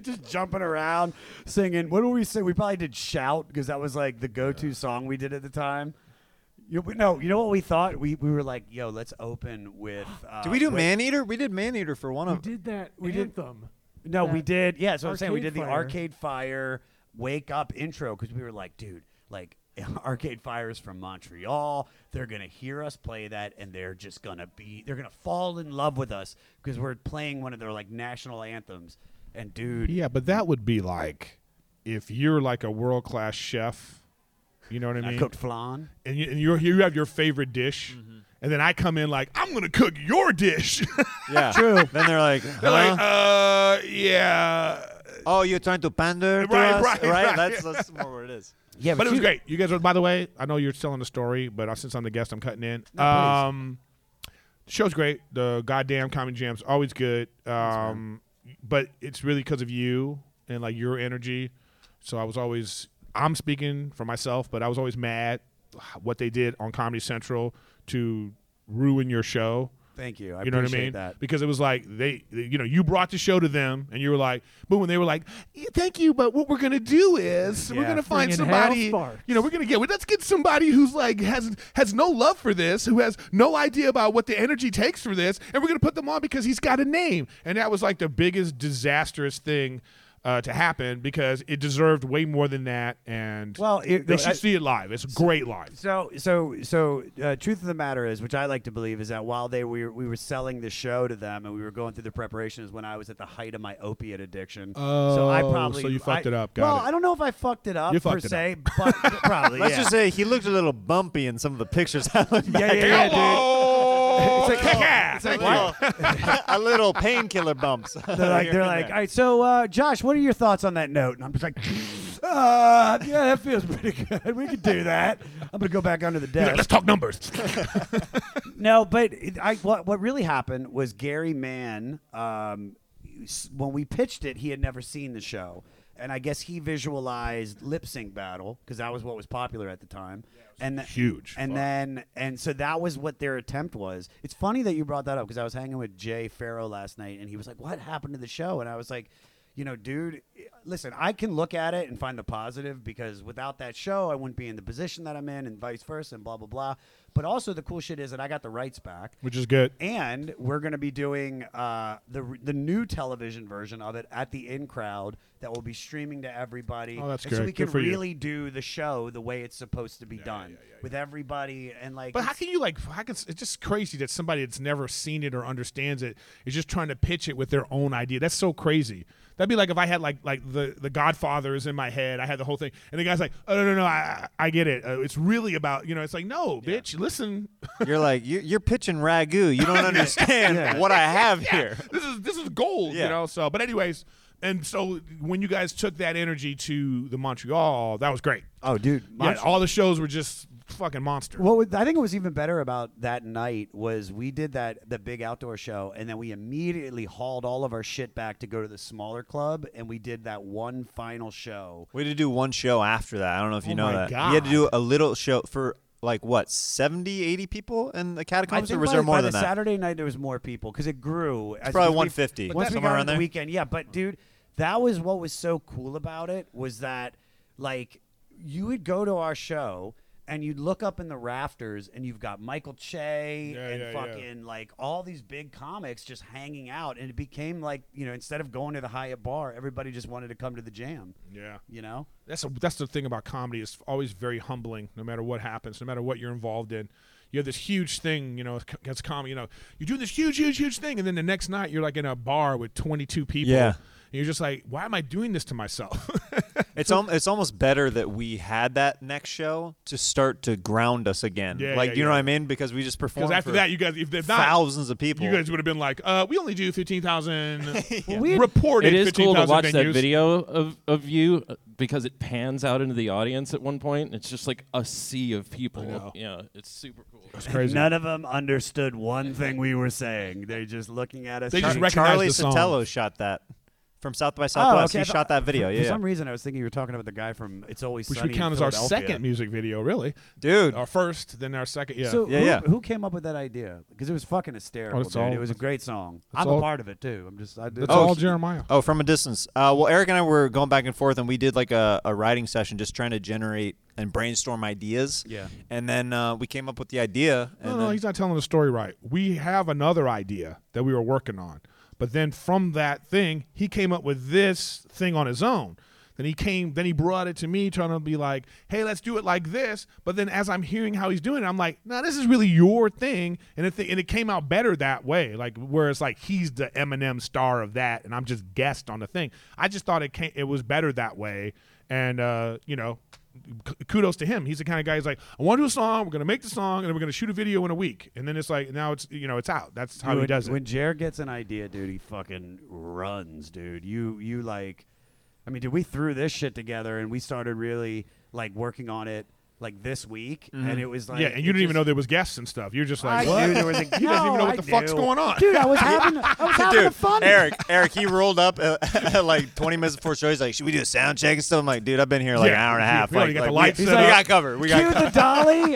Speaker 5: just jumping around, singing. What do we say? We probably did shout because that was like the go-to song we did at the time. You, no, you know what we thought? We we were like, yo, let's open with. Uh,
Speaker 3: Did we do
Speaker 5: with-
Speaker 3: Man Eater? We did Man Eater for one
Speaker 10: We
Speaker 3: of.
Speaker 10: did that we
Speaker 5: did-
Speaker 10: anthem.
Speaker 5: No, we did. Yeah, so I'm saying we
Speaker 10: Arcade
Speaker 5: did the
Speaker 10: Fire.
Speaker 5: Arcade Fire Wake Up intro because we were like, dude, like [laughs] Arcade Fire is from Montreal. They're gonna hear us play that, and they're just gonna be, they're gonna fall in love with us because we're playing one of their like national anthems. And dude,
Speaker 11: yeah, but that would be like if you're like a world class chef, you know what I
Speaker 5: I
Speaker 11: mean?
Speaker 5: cooked flan.
Speaker 11: and you and you're, you have your favorite dish, and then I come in like, I'm gonna cook your dish. [laughs]
Speaker 5: [laughs]
Speaker 3: Yeah. True. Then they're like,
Speaker 11: They're
Speaker 3: huh?
Speaker 11: like, uh, yeah.
Speaker 5: uh,
Speaker 3: "Oh, you're trying to pander to
Speaker 11: Right,
Speaker 3: us,
Speaker 11: right, right.
Speaker 3: That's that's more what it is.
Speaker 5: Yeah,
Speaker 11: but it was
Speaker 5: you-
Speaker 11: great. You guys are, by the way, I know you're telling the story, but I- since I'm the guest, I'm cutting in. um, the show's great. The goddamn comedy jam's always good. Um, but it's really because of you and like your energy. So I was always, I'm speaking for myself, but I was always mad what they did on Comedy Central to ruin your show.
Speaker 5: Thank you. I
Speaker 11: you know what I
Speaker 5: appreciate
Speaker 11: mean?
Speaker 5: that.
Speaker 11: Because it was like they, they- you know, you brought the show to them, and you were like, but when they were like, "Yeah, "Thank you," but what we're gonna do is we're
Speaker 5: Yeah.
Speaker 11: gonna find
Speaker 10: Bring in house
Speaker 11: somebody.
Speaker 10: parts.
Speaker 11: You know, we're gonna get. well, Let's get somebody who's like has has no love for this, who has no idea about what the energy takes for this, and we're gonna put them on because he's got a name. And that was like the biggest disastrous thing. Uh, to happen because it deserved way more than that, and
Speaker 5: Well, it-
Speaker 11: they should
Speaker 5: I-
Speaker 11: see it live. It's great live.
Speaker 5: So, so, so, uh, truth of the matter is, which I like to believe, is that while they were we were selling the show to them and we were going through the preparation, is when I was at the height of my opiate addiction. so I
Speaker 11: Oh,
Speaker 5: probably
Speaker 11: so you fucked
Speaker 5: I-
Speaker 11: it up. Got
Speaker 5: well,
Speaker 11: it.
Speaker 5: I don't know if I fucked it up
Speaker 11: You
Speaker 5: per
Speaker 11: fucked it
Speaker 5: se, but [laughs] probably.
Speaker 3: Let's
Speaker 5: yeah.
Speaker 3: just say he looked a little bumpy in some of the pictures. [laughs] I look
Speaker 5: yeah,
Speaker 3: back
Speaker 5: yeah,
Speaker 3: at.
Speaker 5: yeah, dude.
Speaker 11: Oh,
Speaker 5: It's like-
Speaker 11: yeah.
Speaker 5: it's like,
Speaker 11: Thank you.
Speaker 5: wow.
Speaker 3: [laughs] a little painkiller bumps.
Speaker 11: [laughs]
Speaker 5: They're like, they're like, all right. So, uh, Josh, what are your thoughts on that note? And I'm just like, uh, yeah, that feels pretty good. We could do that. I'm gonna go back under the
Speaker 11: He's like,
Speaker 5: desk.
Speaker 11: let's talk numbers.
Speaker 5: no, but it- I what what really happened was Gary Mann. Um, s- when we pitched it, he had never seen the show, and I guess he visualized lip sync battle because that was what was popular at the time. and th-
Speaker 11: huge.
Speaker 5: And
Speaker 11: Fuck.
Speaker 5: then and so that was what their attempt was. It's funny that you brought that up because I was hanging with Jay Farrow last night, and he was like, "What happened to the show?" And I was like. You know, dude, listen, I can look at it and find the positive because without that show, I wouldn't be in the position that I'm in and vice versa and blah, blah, blah. But also, the cool shit is that I got the rights back
Speaker 11: Which is good.
Speaker 5: and we're going to be doing uh, the the new television version of it at the in crowd that will be streaming to everybody.
Speaker 11: Oh, that's
Speaker 5: and So
Speaker 11: great.
Speaker 5: we
Speaker 11: Good
Speaker 5: can
Speaker 11: for you.
Speaker 5: really do the show the way it's supposed to be done with everybody and like.
Speaker 11: But how
Speaker 5: it's-
Speaker 11: can you like? How can it's just crazy that somebody that's never seen it or understands it is just trying to pitch it with their own idea? That's so crazy. That'd be like if I had like like the the Godfather is in my head. I had the whole thing, and the guy's like, "Oh no no no, I I I get it. Uh, it's really about you know." It's like, no, bitch, listen. [laughs]
Speaker 3: You're like you're, you're pitching ragu. You don't understand what I have here.
Speaker 11: this is this is gold, you
Speaker 3: Yeah.
Speaker 11: know. So, but anyways, and so when you guys took that energy to the Montreal, that was great.
Speaker 5: oh, dude,
Speaker 11: Yeah, all the shows were just fucking monster.
Speaker 5: What was, I think it was even better about that night was we did that the big outdoor show, and then we immediately hauled all of our shit back to go to the smaller club, and we did that one final show.
Speaker 3: We had to do one show after that. I don't know if you
Speaker 11: Oh
Speaker 3: know
Speaker 11: my
Speaker 3: that.
Speaker 11: God.
Speaker 3: We had to do a little show for like what 70, 80 people in the
Speaker 5: I
Speaker 3: catacombs,
Speaker 5: think
Speaker 3: or was
Speaker 5: by,
Speaker 3: there
Speaker 5: the-
Speaker 3: more
Speaker 5: by
Speaker 3: than
Speaker 5: the
Speaker 3: that?
Speaker 5: Saturday night there was more people because it grew. It's
Speaker 3: probably 150,
Speaker 5: Once we
Speaker 3: somewhere
Speaker 5: got
Speaker 3: around
Speaker 5: on the
Speaker 3: there.
Speaker 5: weekend, yeah. But dude, that was what was so cool about it was that like you would go to our show and you'd look up in the rafters and you've got Michael Che
Speaker 11: Yeah,
Speaker 5: and
Speaker 11: yeah, yeah.
Speaker 5: fucking like all these big comics just hanging out, and it became like you know instead of going to the Hyatt bar, everybody just wanted to come to the jam.
Speaker 11: Yeah.
Speaker 5: You know,
Speaker 11: that's a, that's the thing about comedy is always very humbling no matter what happens no matter what you're involved in you have this huge thing you know that's comedy you know you do this huge huge huge thing and then the next night you're like in a bar with 22 people
Speaker 3: Yeah.
Speaker 11: and you're just like why am i doing this to myself [laughs]
Speaker 3: It's al- it's almost better that we had that next show to start to ground us again.
Speaker 11: Yeah,
Speaker 3: like
Speaker 11: yeah,
Speaker 3: you know
Speaker 11: yeah.
Speaker 3: what I mean? Because we just performed
Speaker 11: because after
Speaker 3: for
Speaker 11: that you guys if they're not
Speaker 3: thousands of people.
Speaker 11: you guys would have been like uh we only
Speaker 3: [laughs]
Speaker 11: do 15000
Speaker 5: we-
Speaker 11: [laughs]
Speaker 9: It
Speaker 11: reported
Speaker 9: is cool to
Speaker 11: 15,000
Speaker 9: watch that
Speaker 11: venues.
Speaker 9: video of, of you uh, because it pans out into the audience at one point. and It's just like a sea of people. Yeah, it's super cool.
Speaker 11: it's crazy
Speaker 5: none of them understood one thing we were saying. They just looking at us.
Speaker 11: They
Speaker 5: trying
Speaker 11: just
Speaker 5: to
Speaker 11: recognize
Speaker 3: Charlie
Speaker 11: the song. Oh,
Speaker 3: Sotelo shot that from South by Southwest.
Speaker 5: Oh, okay. I
Speaker 3: He
Speaker 5: thought-
Speaker 3: shot that video.
Speaker 5: For,
Speaker 3: yeah,
Speaker 5: for
Speaker 3: yeah.
Speaker 5: some reason, I was thinking you were talking about the guy from It's Always
Speaker 11: which
Speaker 5: Sunny.
Speaker 11: we
Speaker 5: in
Speaker 11: count as our
Speaker 5: Philadelphia.
Speaker 11: second music video really
Speaker 3: dude.
Speaker 11: our first then our second yeah
Speaker 5: So
Speaker 3: Yeah,
Speaker 5: who,
Speaker 3: yeah.
Speaker 5: who came up with that idea? Because it was fucking hysterical.
Speaker 11: Oh, it's
Speaker 5: dude.
Speaker 11: all-
Speaker 5: it was a great song. I'm a
Speaker 11: all-
Speaker 5: part of it too. I'm just. I do.
Speaker 11: that's
Speaker 3: Oh,
Speaker 11: all
Speaker 3: he-
Speaker 11: jeremiah
Speaker 3: Oh, from a distance. Uh, well, Eric and I were going back and forth, and we did like a, a writing session, just trying to generate and brainstorm ideas.
Speaker 5: Yeah.
Speaker 3: And then uh, we came up with the idea. And
Speaker 11: No,
Speaker 3: then,
Speaker 11: no, he's not telling the story right. We have another idea that we were working on. But then from that thing, he came up with this thing on his own. Then he came, then he brought it to me, trying to be like, hey, let's do it like this. But then as I'm hearing how he's doing it, I'm like, nah, this is really your thing. And it, and it came out better that way. Like, where it's like he's the Eminem star of that, and I'm just guest on the thing. I just thought it came, it was better that way. And, uh, you know, k- kudos to him. He's the kind of guy who's like, I want to do a song, we're gonna make the song, and then we're gonna shoot a video in a week, and then it's like now it's you know it's out. That's how
Speaker 5: when,
Speaker 11: he does it.
Speaker 5: When Jared gets an idea, dude, he fucking runs, dude. You you like, I mean, dude, we threw this shit together and we started really like working on it like this week, and it was like
Speaker 11: Mm-hmm. yeah, and you
Speaker 5: it
Speaker 11: didn't even know
Speaker 5: just-
Speaker 11: there was guests and stuff. You're just
Speaker 5: I
Speaker 11: like, what?
Speaker 5: knew there was
Speaker 11: [laughs]
Speaker 5: a, you
Speaker 11: even know what the fuck's going on.
Speaker 5: dude. I was having I was having a
Speaker 3: [laughs] Dude,
Speaker 5: fun.
Speaker 3: Eric, Eric,
Speaker 11: [laughs]
Speaker 3: he rolled up uh, [laughs] like 20 minutes before show. He's like, "Should we do a sound check and stuff?" I'm like, "Dude, I've been here like
Speaker 11: Yeah,
Speaker 3: an hour and a
Speaker 11: we-
Speaker 3: half.
Speaker 11: we
Speaker 3: like,
Speaker 11: already got
Speaker 3: like,
Speaker 11: the
Speaker 3: we-
Speaker 11: lights
Speaker 3: we,
Speaker 11: set up.
Speaker 3: got cover. We got
Speaker 5: Cue the dolly. [laughs]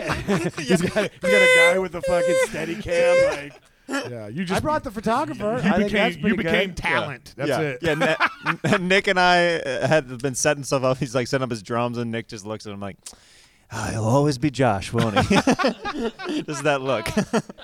Speaker 5: he's, got, he's got a guy with a fucking steady cam. Like
Speaker 11: [laughs] yeah, you
Speaker 5: I
Speaker 11: just
Speaker 5: brought the photographer.
Speaker 11: [laughs] you
Speaker 5: I think that's
Speaker 11: became you
Speaker 5: pretty good.
Speaker 11: became talent. That's
Speaker 3: yeah.
Speaker 11: it.
Speaker 3: Yeah,
Speaker 11: [laughs]
Speaker 3: Ni- N- Nick and I uh, had been setting stuff up. He's like setting up his drums, and Nick just looks at him like, oh, "He'll always be Josh, won't he?" just that
Speaker 11: [laughs]
Speaker 3: look.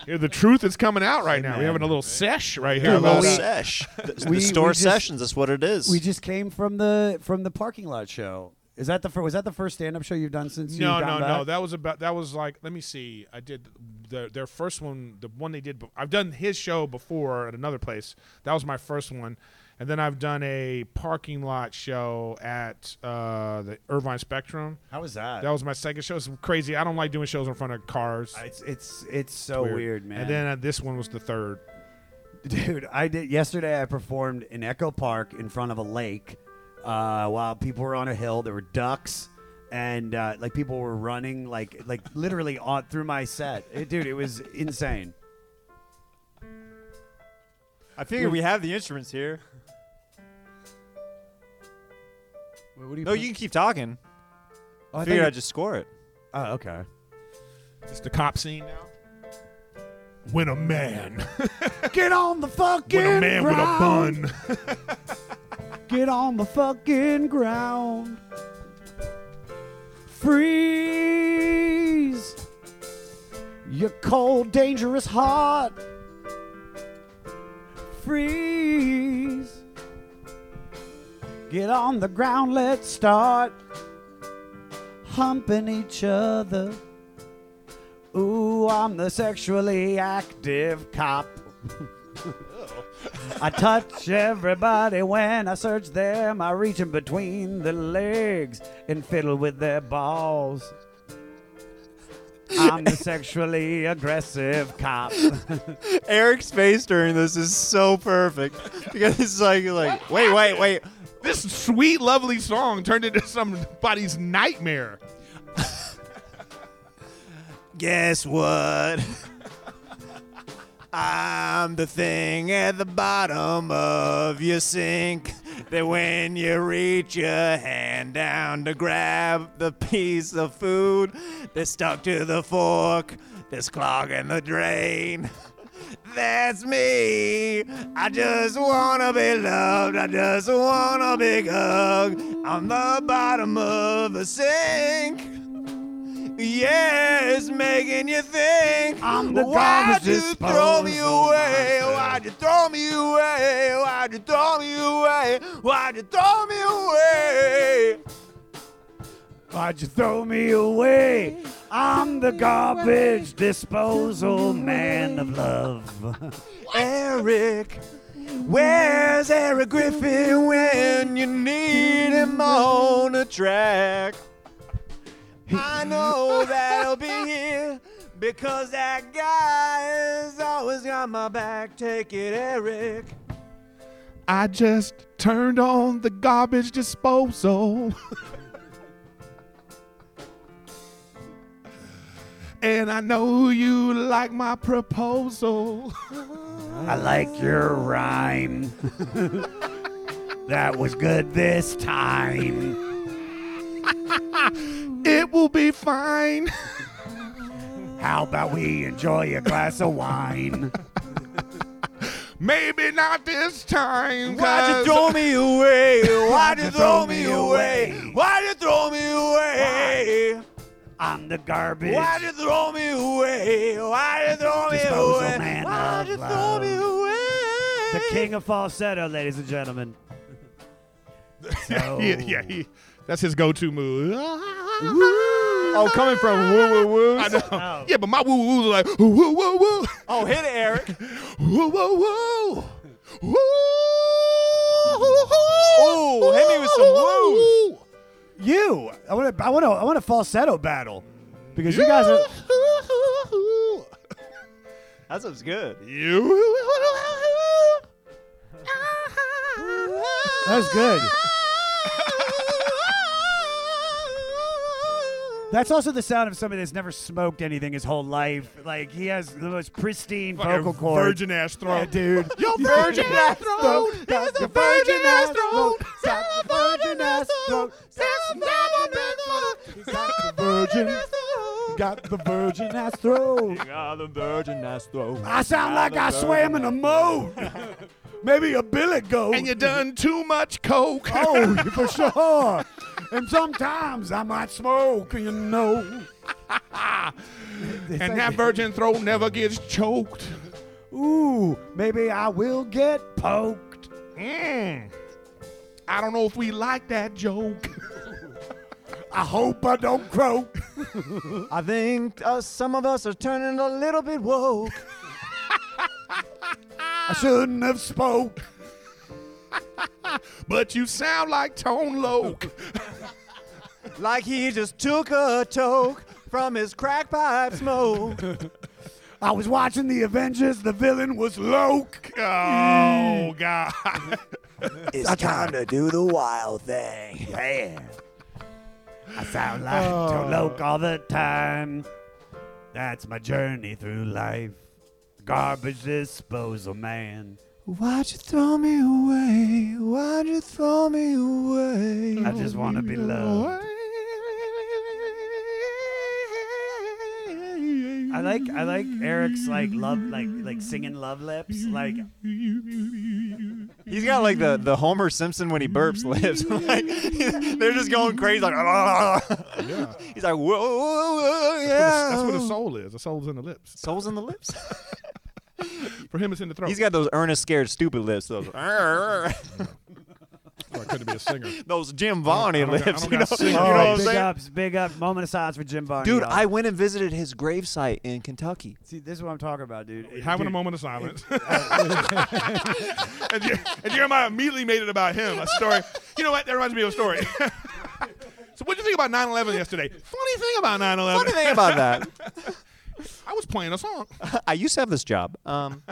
Speaker 11: Yeah, the truth is coming out right now. We're having a little sesh right here.
Speaker 3: Our
Speaker 5: well,
Speaker 3: little [laughs]
Speaker 11: about
Speaker 5: we-
Speaker 11: it.
Speaker 3: sesh. The, the
Speaker 5: we- we
Speaker 3: store
Speaker 5: just-
Speaker 3: sessions. That's what it
Speaker 5: [laughs]
Speaker 3: is.
Speaker 5: We just came from the from the parking lot show. Is that the fir- was that the first stand up show you've done since
Speaker 11: no,
Speaker 5: you've
Speaker 11: no,
Speaker 5: gone
Speaker 11: no.
Speaker 5: back?
Speaker 11: That was about. That was like. Let me see. I did the, their first one. The one they did. be- I've done his show before at another place. That was my first one, and then I've done a parking lot show at uh, the Irvine Spectrum.
Speaker 5: How was that?
Speaker 11: That was my second show. It's crazy. I don't like doing shows in front of cars.
Speaker 5: Uh, it's it's it's so weird, man.
Speaker 11: And
Speaker 5: [laughs]
Speaker 11: then uh, this one was the third.
Speaker 5: dude, I did yesterday. I performed in Echo Park in front of a lake,
Speaker 12: uh, while people were on a hill. There were ducks, and uh, like people were running, like like literally on through my set. It- dude, it was insane.
Speaker 13: I figure we have the instruments here.
Speaker 3: Wait, what do you
Speaker 13: No,
Speaker 3: put-
Speaker 13: you can keep talking.
Speaker 12: Oh,
Speaker 13: I
Speaker 12: I
Speaker 13: figured
Speaker 12: thought
Speaker 13: I'd just score it.
Speaker 12: you- oh, okay.
Speaker 11: It's the cop scene now. When a man,
Speaker 12: Get on the fucking
Speaker 11: when a man with a
Speaker 12: ground.
Speaker 11: bun.
Speaker 12: [laughs] Get on the fucking ground. Freeze. Your cold, dangerous heart. Freeze. Get on the ground, let's start humping each other. Ooh, I'm the sexually active cop. I touch everybody when I search them. I reach in between the legs and fiddle with their balls. I'm the sexually aggressive cop.
Speaker 13: Eric's face during this is so perfect because it's like, like, wait, wait, wait.
Speaker 11: This sweet, lovely song turned into [laughs] somebody's nightmare.
Speaker 13: Guess what? I'm the thing at the bottom of your sink that when you reach your hand down to grab the piece of food that's stuck to the fork that's clogging the drain. [laughs] That's me. I just wanna be loved. I just want a big hug. I'm the bottom of a sink. Yeah, it's making you think.
Speaker 12: I'm the
Speaker 13: Why'd
Speaker 12: garbage
Speaker 13: you throw me
Speaker 12: disposal
Speaker 13: away?
Speaker 12: monster.
Speaker 13: Why'd you throw me away? Why'd you throw me away? Why'd you throw me away?
Speaker 12: Why'd you throw me away? I'm the garbage disposal man of love.
Speaker 13: Eric, where's Eric Griffin when you need him on a track? I know that'll be here because that guy has always got my back. Take it, Eric.
Speaker 11: I just turned on the garbage disposal. and I know you like my proposal.
Speaker 12: I like your rhyme. that was good this time.
Speaker 11: It will be fine.
Speaker 12: How about we enjoy a glass of wine?
Speaker 11: Maybe not this time.
Speaker 13: Why'd you
Speaker 11: 'cause
Speaker 13: throw
Speaker 5: [laughs]
Speaker 13: me away? Why'd you throw me away? Why'd you throw me away?
Speaker 12: I'm the garbage.
Speaker 13: Why'd you throw me away? Why'd you throw me
Speaker 12: Disposal
Speaker 13: away?
Speaker 12: man
Speaker 13: Why'd
Speaker 12: of
Speaker 13: you throw me away?
Speaker 12: The king of falsetto, ladies and
Speaker 13: [laughs]
Speaker 12: gentlemen.
Speaker 5: [laughs]
Speaker 11: Yeah, yeah, he, that's his go-to move.
Speaker 13: Oh, coming from woo woo woo.
Speaker 11: I know. Yeah, but my woo-woos are like, woo, woo, woo,
Speaker 13: Oh, hit it, Eric.
Speaker 11: woo, woo, woo, woo.
Speaker 13: Ooh, hit me with some woos.
Speaker 12: You, I want to, I want to, I want a falsetto battle, because you guys are.
Speaker 11: You
Speaker 13: That sounds good.
Speaker 11: You.
Speaker 12: That's good. That's also the sound of somebody that's never smoked anything his whole life. Like he has the most pristine vocal cords.
Speaker 11: Virgin ass
Speaker 12: Yeah, [laughs]
Speaker 11: throat.
Speaker 12: dude.
Speaker 11: Your virgin ass throat
Speaker 12: That's
Speaker 11: is
Speaker 12: the
Speaker 11: a virgin ass throat.
Speaker 12: Got the virgin ass throat.
Speaker 11: That's never been
Speaker 12: Got
Speaker 11: fucked.
Speaker 12: the virgin. Got the virgin ass throat. I sound like I swam in a
Speaker 11: [laughs]
Speaker 12: moat. Maybe a billet goat.
Speaker 11: And you done too much coke.
Speaker 12: Oh,
Speaker 11: [laughs]
Speaker 12: for sure. And sometimes I might smoke, you know.
Speaker 11: [laughs] and that virgin throat never gets choked.
Speaker 12: Ooh, maybe I will get poked.
Speaker 11: Mm. I don't know if we like that joke.
Speaker 12: [laughs] I hope I don't croak.
Speaker 13: I think uh, some of us are turning a little bit woke. [laughs]
Speaker 12: I shouldn't have spoke.
Speaker 11: [laughs] But you sound like Tone Loke.
Speaker 13: like he just took a toke from his crack pipe smoke.
Speaker 12: I was watching the Avengers. The villain was Loke.
Speaker 11: Oh, God. Yeah.
Speaker 5: It's time to do the wild thing. Man. I sound like
Speaker 3: Oh.
Speaker 5: Toloke all the time. That's my journey through life. Garbage disposal man.
Speaker 3: Why'd you throw me away? Why'd you throw me away?
Speaker 5: I just want to be loved. I like I like Eric's like love like like singing love lips like
Speaker 3: [laughs] He's got like the, the Homer Simpson when he burps lips. [laughs] like, they're just going crazy. Like, [laughs]
Speaker 11: [laughs] yeah.
Speaker 3: he's like, whoa, whoa, whoa, yeah.
Speaker 11: That's where the soul is. The soul's in the lips.
Speaker 3: Soul's in the lips.
Speaker 11: For him, it's in the throat.
Speaker 3: He's got those earnest, scared, stupid lips.
Speaker 11: [laughs]
Speaker 3: Those, [laughs]
Speaker 11: Oh, I couldn't be
Speaker 3: [laughs]
Speaker 11: a singer.
Speaker 3: those Jim Varney
Speaker 11: I don't got- I
Speaker 3: lips.
Speaker 11: don't
Speaker 3: You know,
Speaker 11: got singing
Speaker 3: you know what I'm
Speaker 5: big
Speaker 3: saying?
Speaker 5: ups big up moment of silence for Jim Barney.
Speaker 3: Dude,
Speaker 5: y'all.
Speaker 3: I went and visited his gravesite in Kentucky.
Speaker 5: see this is what I'm talking about, dude.
Speaker 11: Having a
Speaker 5: Dude,
Speaker 11: moment of silence. [laughs] and, Je- and Jeremiah immediately made it about him. A story. You know what? That reminds me of a story. [laughs] so, what do you think about 9 11 yesterday? Funny thing about 9
Speaker 3: Funny
Speaker 11: 11.
Speaker 3: thing about that, [laughs]
Speaker 11: I was playing a song.
Speaker 3: I used to have this job.
Speaker 11: [laughs]
Speaker 3: Um,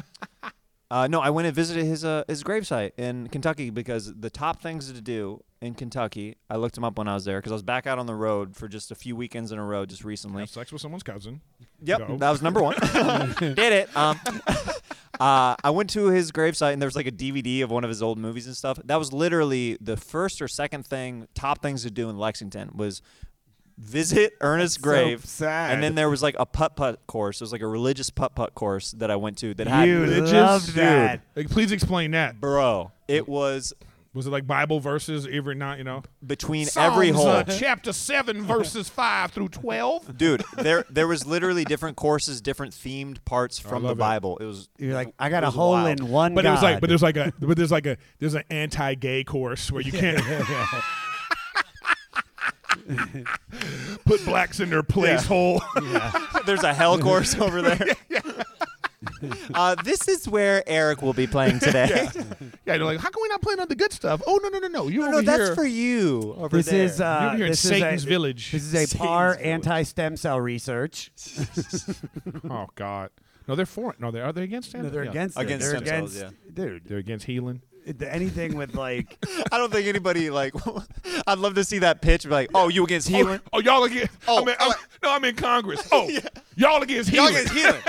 Speaker 3: uh, no, I went and visited his uh, his gravesite in Kentucky because the top things to do in Kentucky, I looked him up when I was there because I was back out on the road for just a few weekends in a row just recently.
Speaker 11: Have sex with someone's cousin.
Speaker 3: Yep,
Speaker 11: Go.
Speaker 3: that was
Speaker 5: [laughs]
Speaker 3: number one. Did it. Um, [laughs] uh, I went to his gravesite and there was like a DVD of one of his old movies and stuff. That was literally the first or second thing, top things to do in Lexington was visit [laughs] Ernest Grave.
Speaker 12: sad.
Speaker 3: And then there was like a putt putt course. It was like a religious putt putt course that I went to that had
Speaker 5: you
Speaker 11: Religious
Speaker 5: loved
Speaker 11: dude.
Speaker 5: that.
Speaker 11: Like, please explain that.
Speaker 3: bro. It was
Speaker 11: Was it like Bible verses every night? You know,
Speaker 3: between every
Speaker 11: Psalms,
Speaker 5: [laughs]
Speaker 3: hole.
Speaker 11: uh, chapter seven, verses five through twelve.
Speaker 3: Dude, there there was literally different courses, different themed parts
Speaker 5: Oh,
Speaker 3: from the
Speaker 11: love it.
Speaker 3: Bible. It was
Speaker 5: You're like I got
Speaker 3: it
Speaker 5: a
Speaker 3: was
Speaker 5: hole
Speaker 3: wild.
Speaker 5: in one
Speaker 11: But it was like,
Speaker 5: God.
Speaker 11: but there's like a, but there's like a, there's an anti-gay course where you [laughs] can't put blacks in their place hole.
Speaker 3: There's a hell [laughs] course over there. Uh, this is where Eric will be [laughs] playing today.
Speaker 11: [laughs] yeah, they're like, how can we not play none of the good stuff? Oh no, no, no, no, you
Speaker 3: No,
Speaker 11: over
Speaker 3: no, that's
Speaker 11: here.
Speaker 3: for you. Over
Speaker 5: This
Speaker 3: there.
Speaker 5: is uh,
Speaker 11: You're here in
Speaker 5: this
Speaker 11: Satan's
Speaker 5: is a,
Speaker 11: village.
Speaker 5: This is a par anti-stem cell research.
Speaker 11: [laughs] oh God, no, they're for it. No, they are they against it?
Speaker 5: No, they're
Speaker 11: Yeah.
Speaker 5: against it.
Speaker 3: Against
Speaker 5: they're
Speaker 3: stem cells,
Speaker 5: against, dude.
Speaker 11: They're against healing.
Speaker 5: it- Anything with like
Speaker 3: [laughs] I don't think anybody like. [laughs] I'd love to see that pitch. Be like, oh, you against healing?
Speaker 11: Oh, y'all against?
Speaker 3: Oh,
Speaker 11: Oh, I'm in, I'm,
Speaker 3: oh.
Speaker 11: no, I'm in [laughs] Congress. Oh, y'all against
Speaker 3: Y'all
Speaker 11: healing?
Speaker 3: against healing?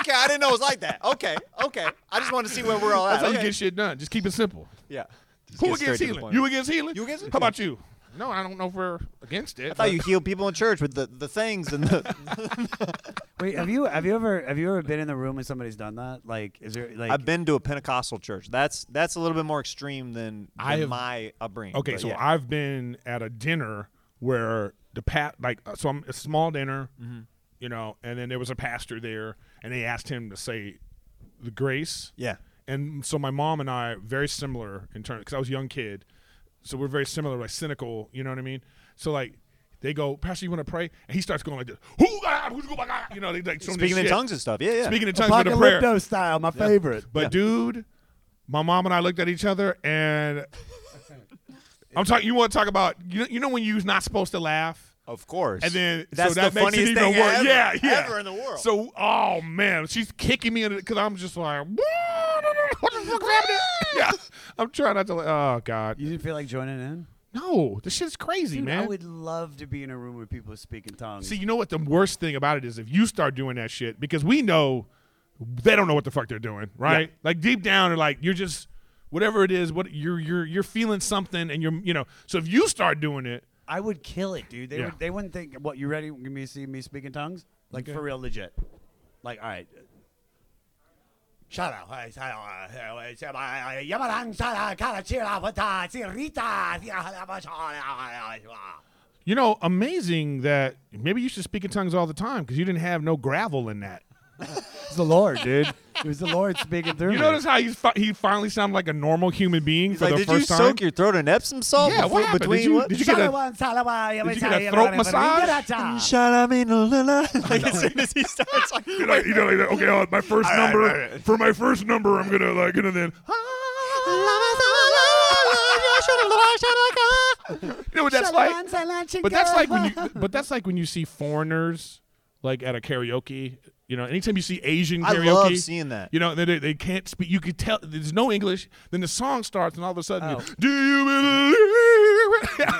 Speaker 3: okay, I didn't know it was like that. Okay, okay. I just want to see where we're all
Speaker 11: That's
Speaker 3: at.
Speaker 11: how you
Speaker 3: Okay.
Speaker 11: get shit done. Just keep it simple.
Speaker 3: yeah. Just
Speaker 11: Who
Speaker 3: get straight to
Speaker 11: against
Speaker 3: the
Speaker 11: healing?
Speaker 3: point.
Speaker 11: You against healing?
Speaker 3: You against it?
Speaker 11: How about you? No, I don't know if we're against it.
Speaker 3: I thought you healed people in church with the, the things and
Speaker 11: [laughs]
Speaker 3: the.
Speaker 5: [laughs] Wait, have you have you ever have you ever been in the room and somebody's done that? Like, is there like
Speaker 3: I've been to a Pentecostal church. That's that's a little bit more extreme than, than
Speaker 11: I have-
Speaker 3: my upbringing.
Speaker 11: Okay,
Speaker 3: but
Speaker 11: so
Speaker 3: yeah.
Speaker 11: I've been at a dinner where the pat like uh, so I'm a small dinner,
Speaker 3: Mm-hmm.
Speaker 11: you know, and then there was a pastor there, and they asked him to say the grace.
Speaker 3: Yeah.
Speaker 11: And so my mom and I very similar in terms because I was a young kid, so we're very similar, like cynical. You know what I mean? So like. They go, Pastor, you want to pray? And he starts going like this, "Who, ah, who, who, ah," you know, they like some of this
Speaker 3: Speaking in
Speaker 11: shit.
Speaker 3: tongues and stuff. Yeah, yeah.
Speaker 11: Speaking in tongues with a prayer.
Speaker 5: apocalypto style? My favorite.
Speaker 11: But dude, my mom and I looked at each other and I'm talking. You want to talk about you know, you know when you're not supposed to laugh,
Speaker 3: Of course.
Speaker 11: and then
Speaker 3: that's
Speaker 11: so that
Speaker 3: the
Speaker 11: makes
Speaker 3: funniest
Speaker 11: it even
Speaker 3: thing
Speaker 11: worse.
Speaker 3: ever,
Speaker 11: yeah, yeah.
Speaker 3: ever in the world.
Speaker 11: So oh man, she's kicking me in because I'm just like, what the fuck's
Speaker 3: [laughs]
Speaker 11: happening? yeah, I'm trying not to. la- Oh god,
Speaker 5: You didn't feel like joining in?
Speaker 11: no, this shit's crazy,
Speaker 5: Dude,
Speaker 11: man.
Speaker 5: I would love to be in a room with people speaking tongues.
Speaker 11: See, you know what the worst thing about it is if you start doing that shit because we know they don't know what the fuck they're doing, right? Like deep down, they're like you're just whatever it is. What you're you're you're feeling something, and you're you know. So if you start doing it,
Speaker 5: I would kill it, dude. They
Speaker 11: Yeah.
Speaker 5: would they wouldn't think what you ready when you see me speaking tongues? Like for real legit. Like all right. Shout out.
Speaker 11: you know, amazing that maybe you should speak in tongues all the time because you didn't have no gravel in that.
Speaker 5: It's the Lord, dude. It was the Lord
Speaker 3: [laughs]
Speaker 5: speaking through
Speaker 11: You
Speaker 5: me.
Speaker 11: notice how he's fi- he finally sounded like a normal human being
Speaker 3: He's
Speaker 11: for
Speaker 3: like,
Speaker 11: the
Speaker 3: did you
Speaker 11: first time.
Speaker 3: soak your throat in Epsom salt?
Speaker 11: Yeah, what
Speaker 3: before-
Speaker 11: happened? Did
Speaker 3: Between
Speaker 11: you-
Speaker 3: what?
Speaker 11: did you get a- did you get a throat massage?
Speaker 3: [laughs] Shut up, me, no, no, no. Like, as soon as he [laughs] starts,
Speaker 11: [laughs]
Speaker 3: like,
Speaker 11: You know, you know, like, that, okay, uh, my first number for my first number, I'm gonna like, and then [laughs] you know what that's like. But that's like when you. But that's like when you see foreigners like at a karaoke. You know, anytime you see Asian
Speaker 3: I
Speaker 11: karaoke,
Speaker 3: love seeing that.
Speaker 11: You know, they, they, they can't speak. You could tell there's no English. Then the song starts, and all of a sudden,
Speaker 3: Oh.
Speaker 11: do you believe?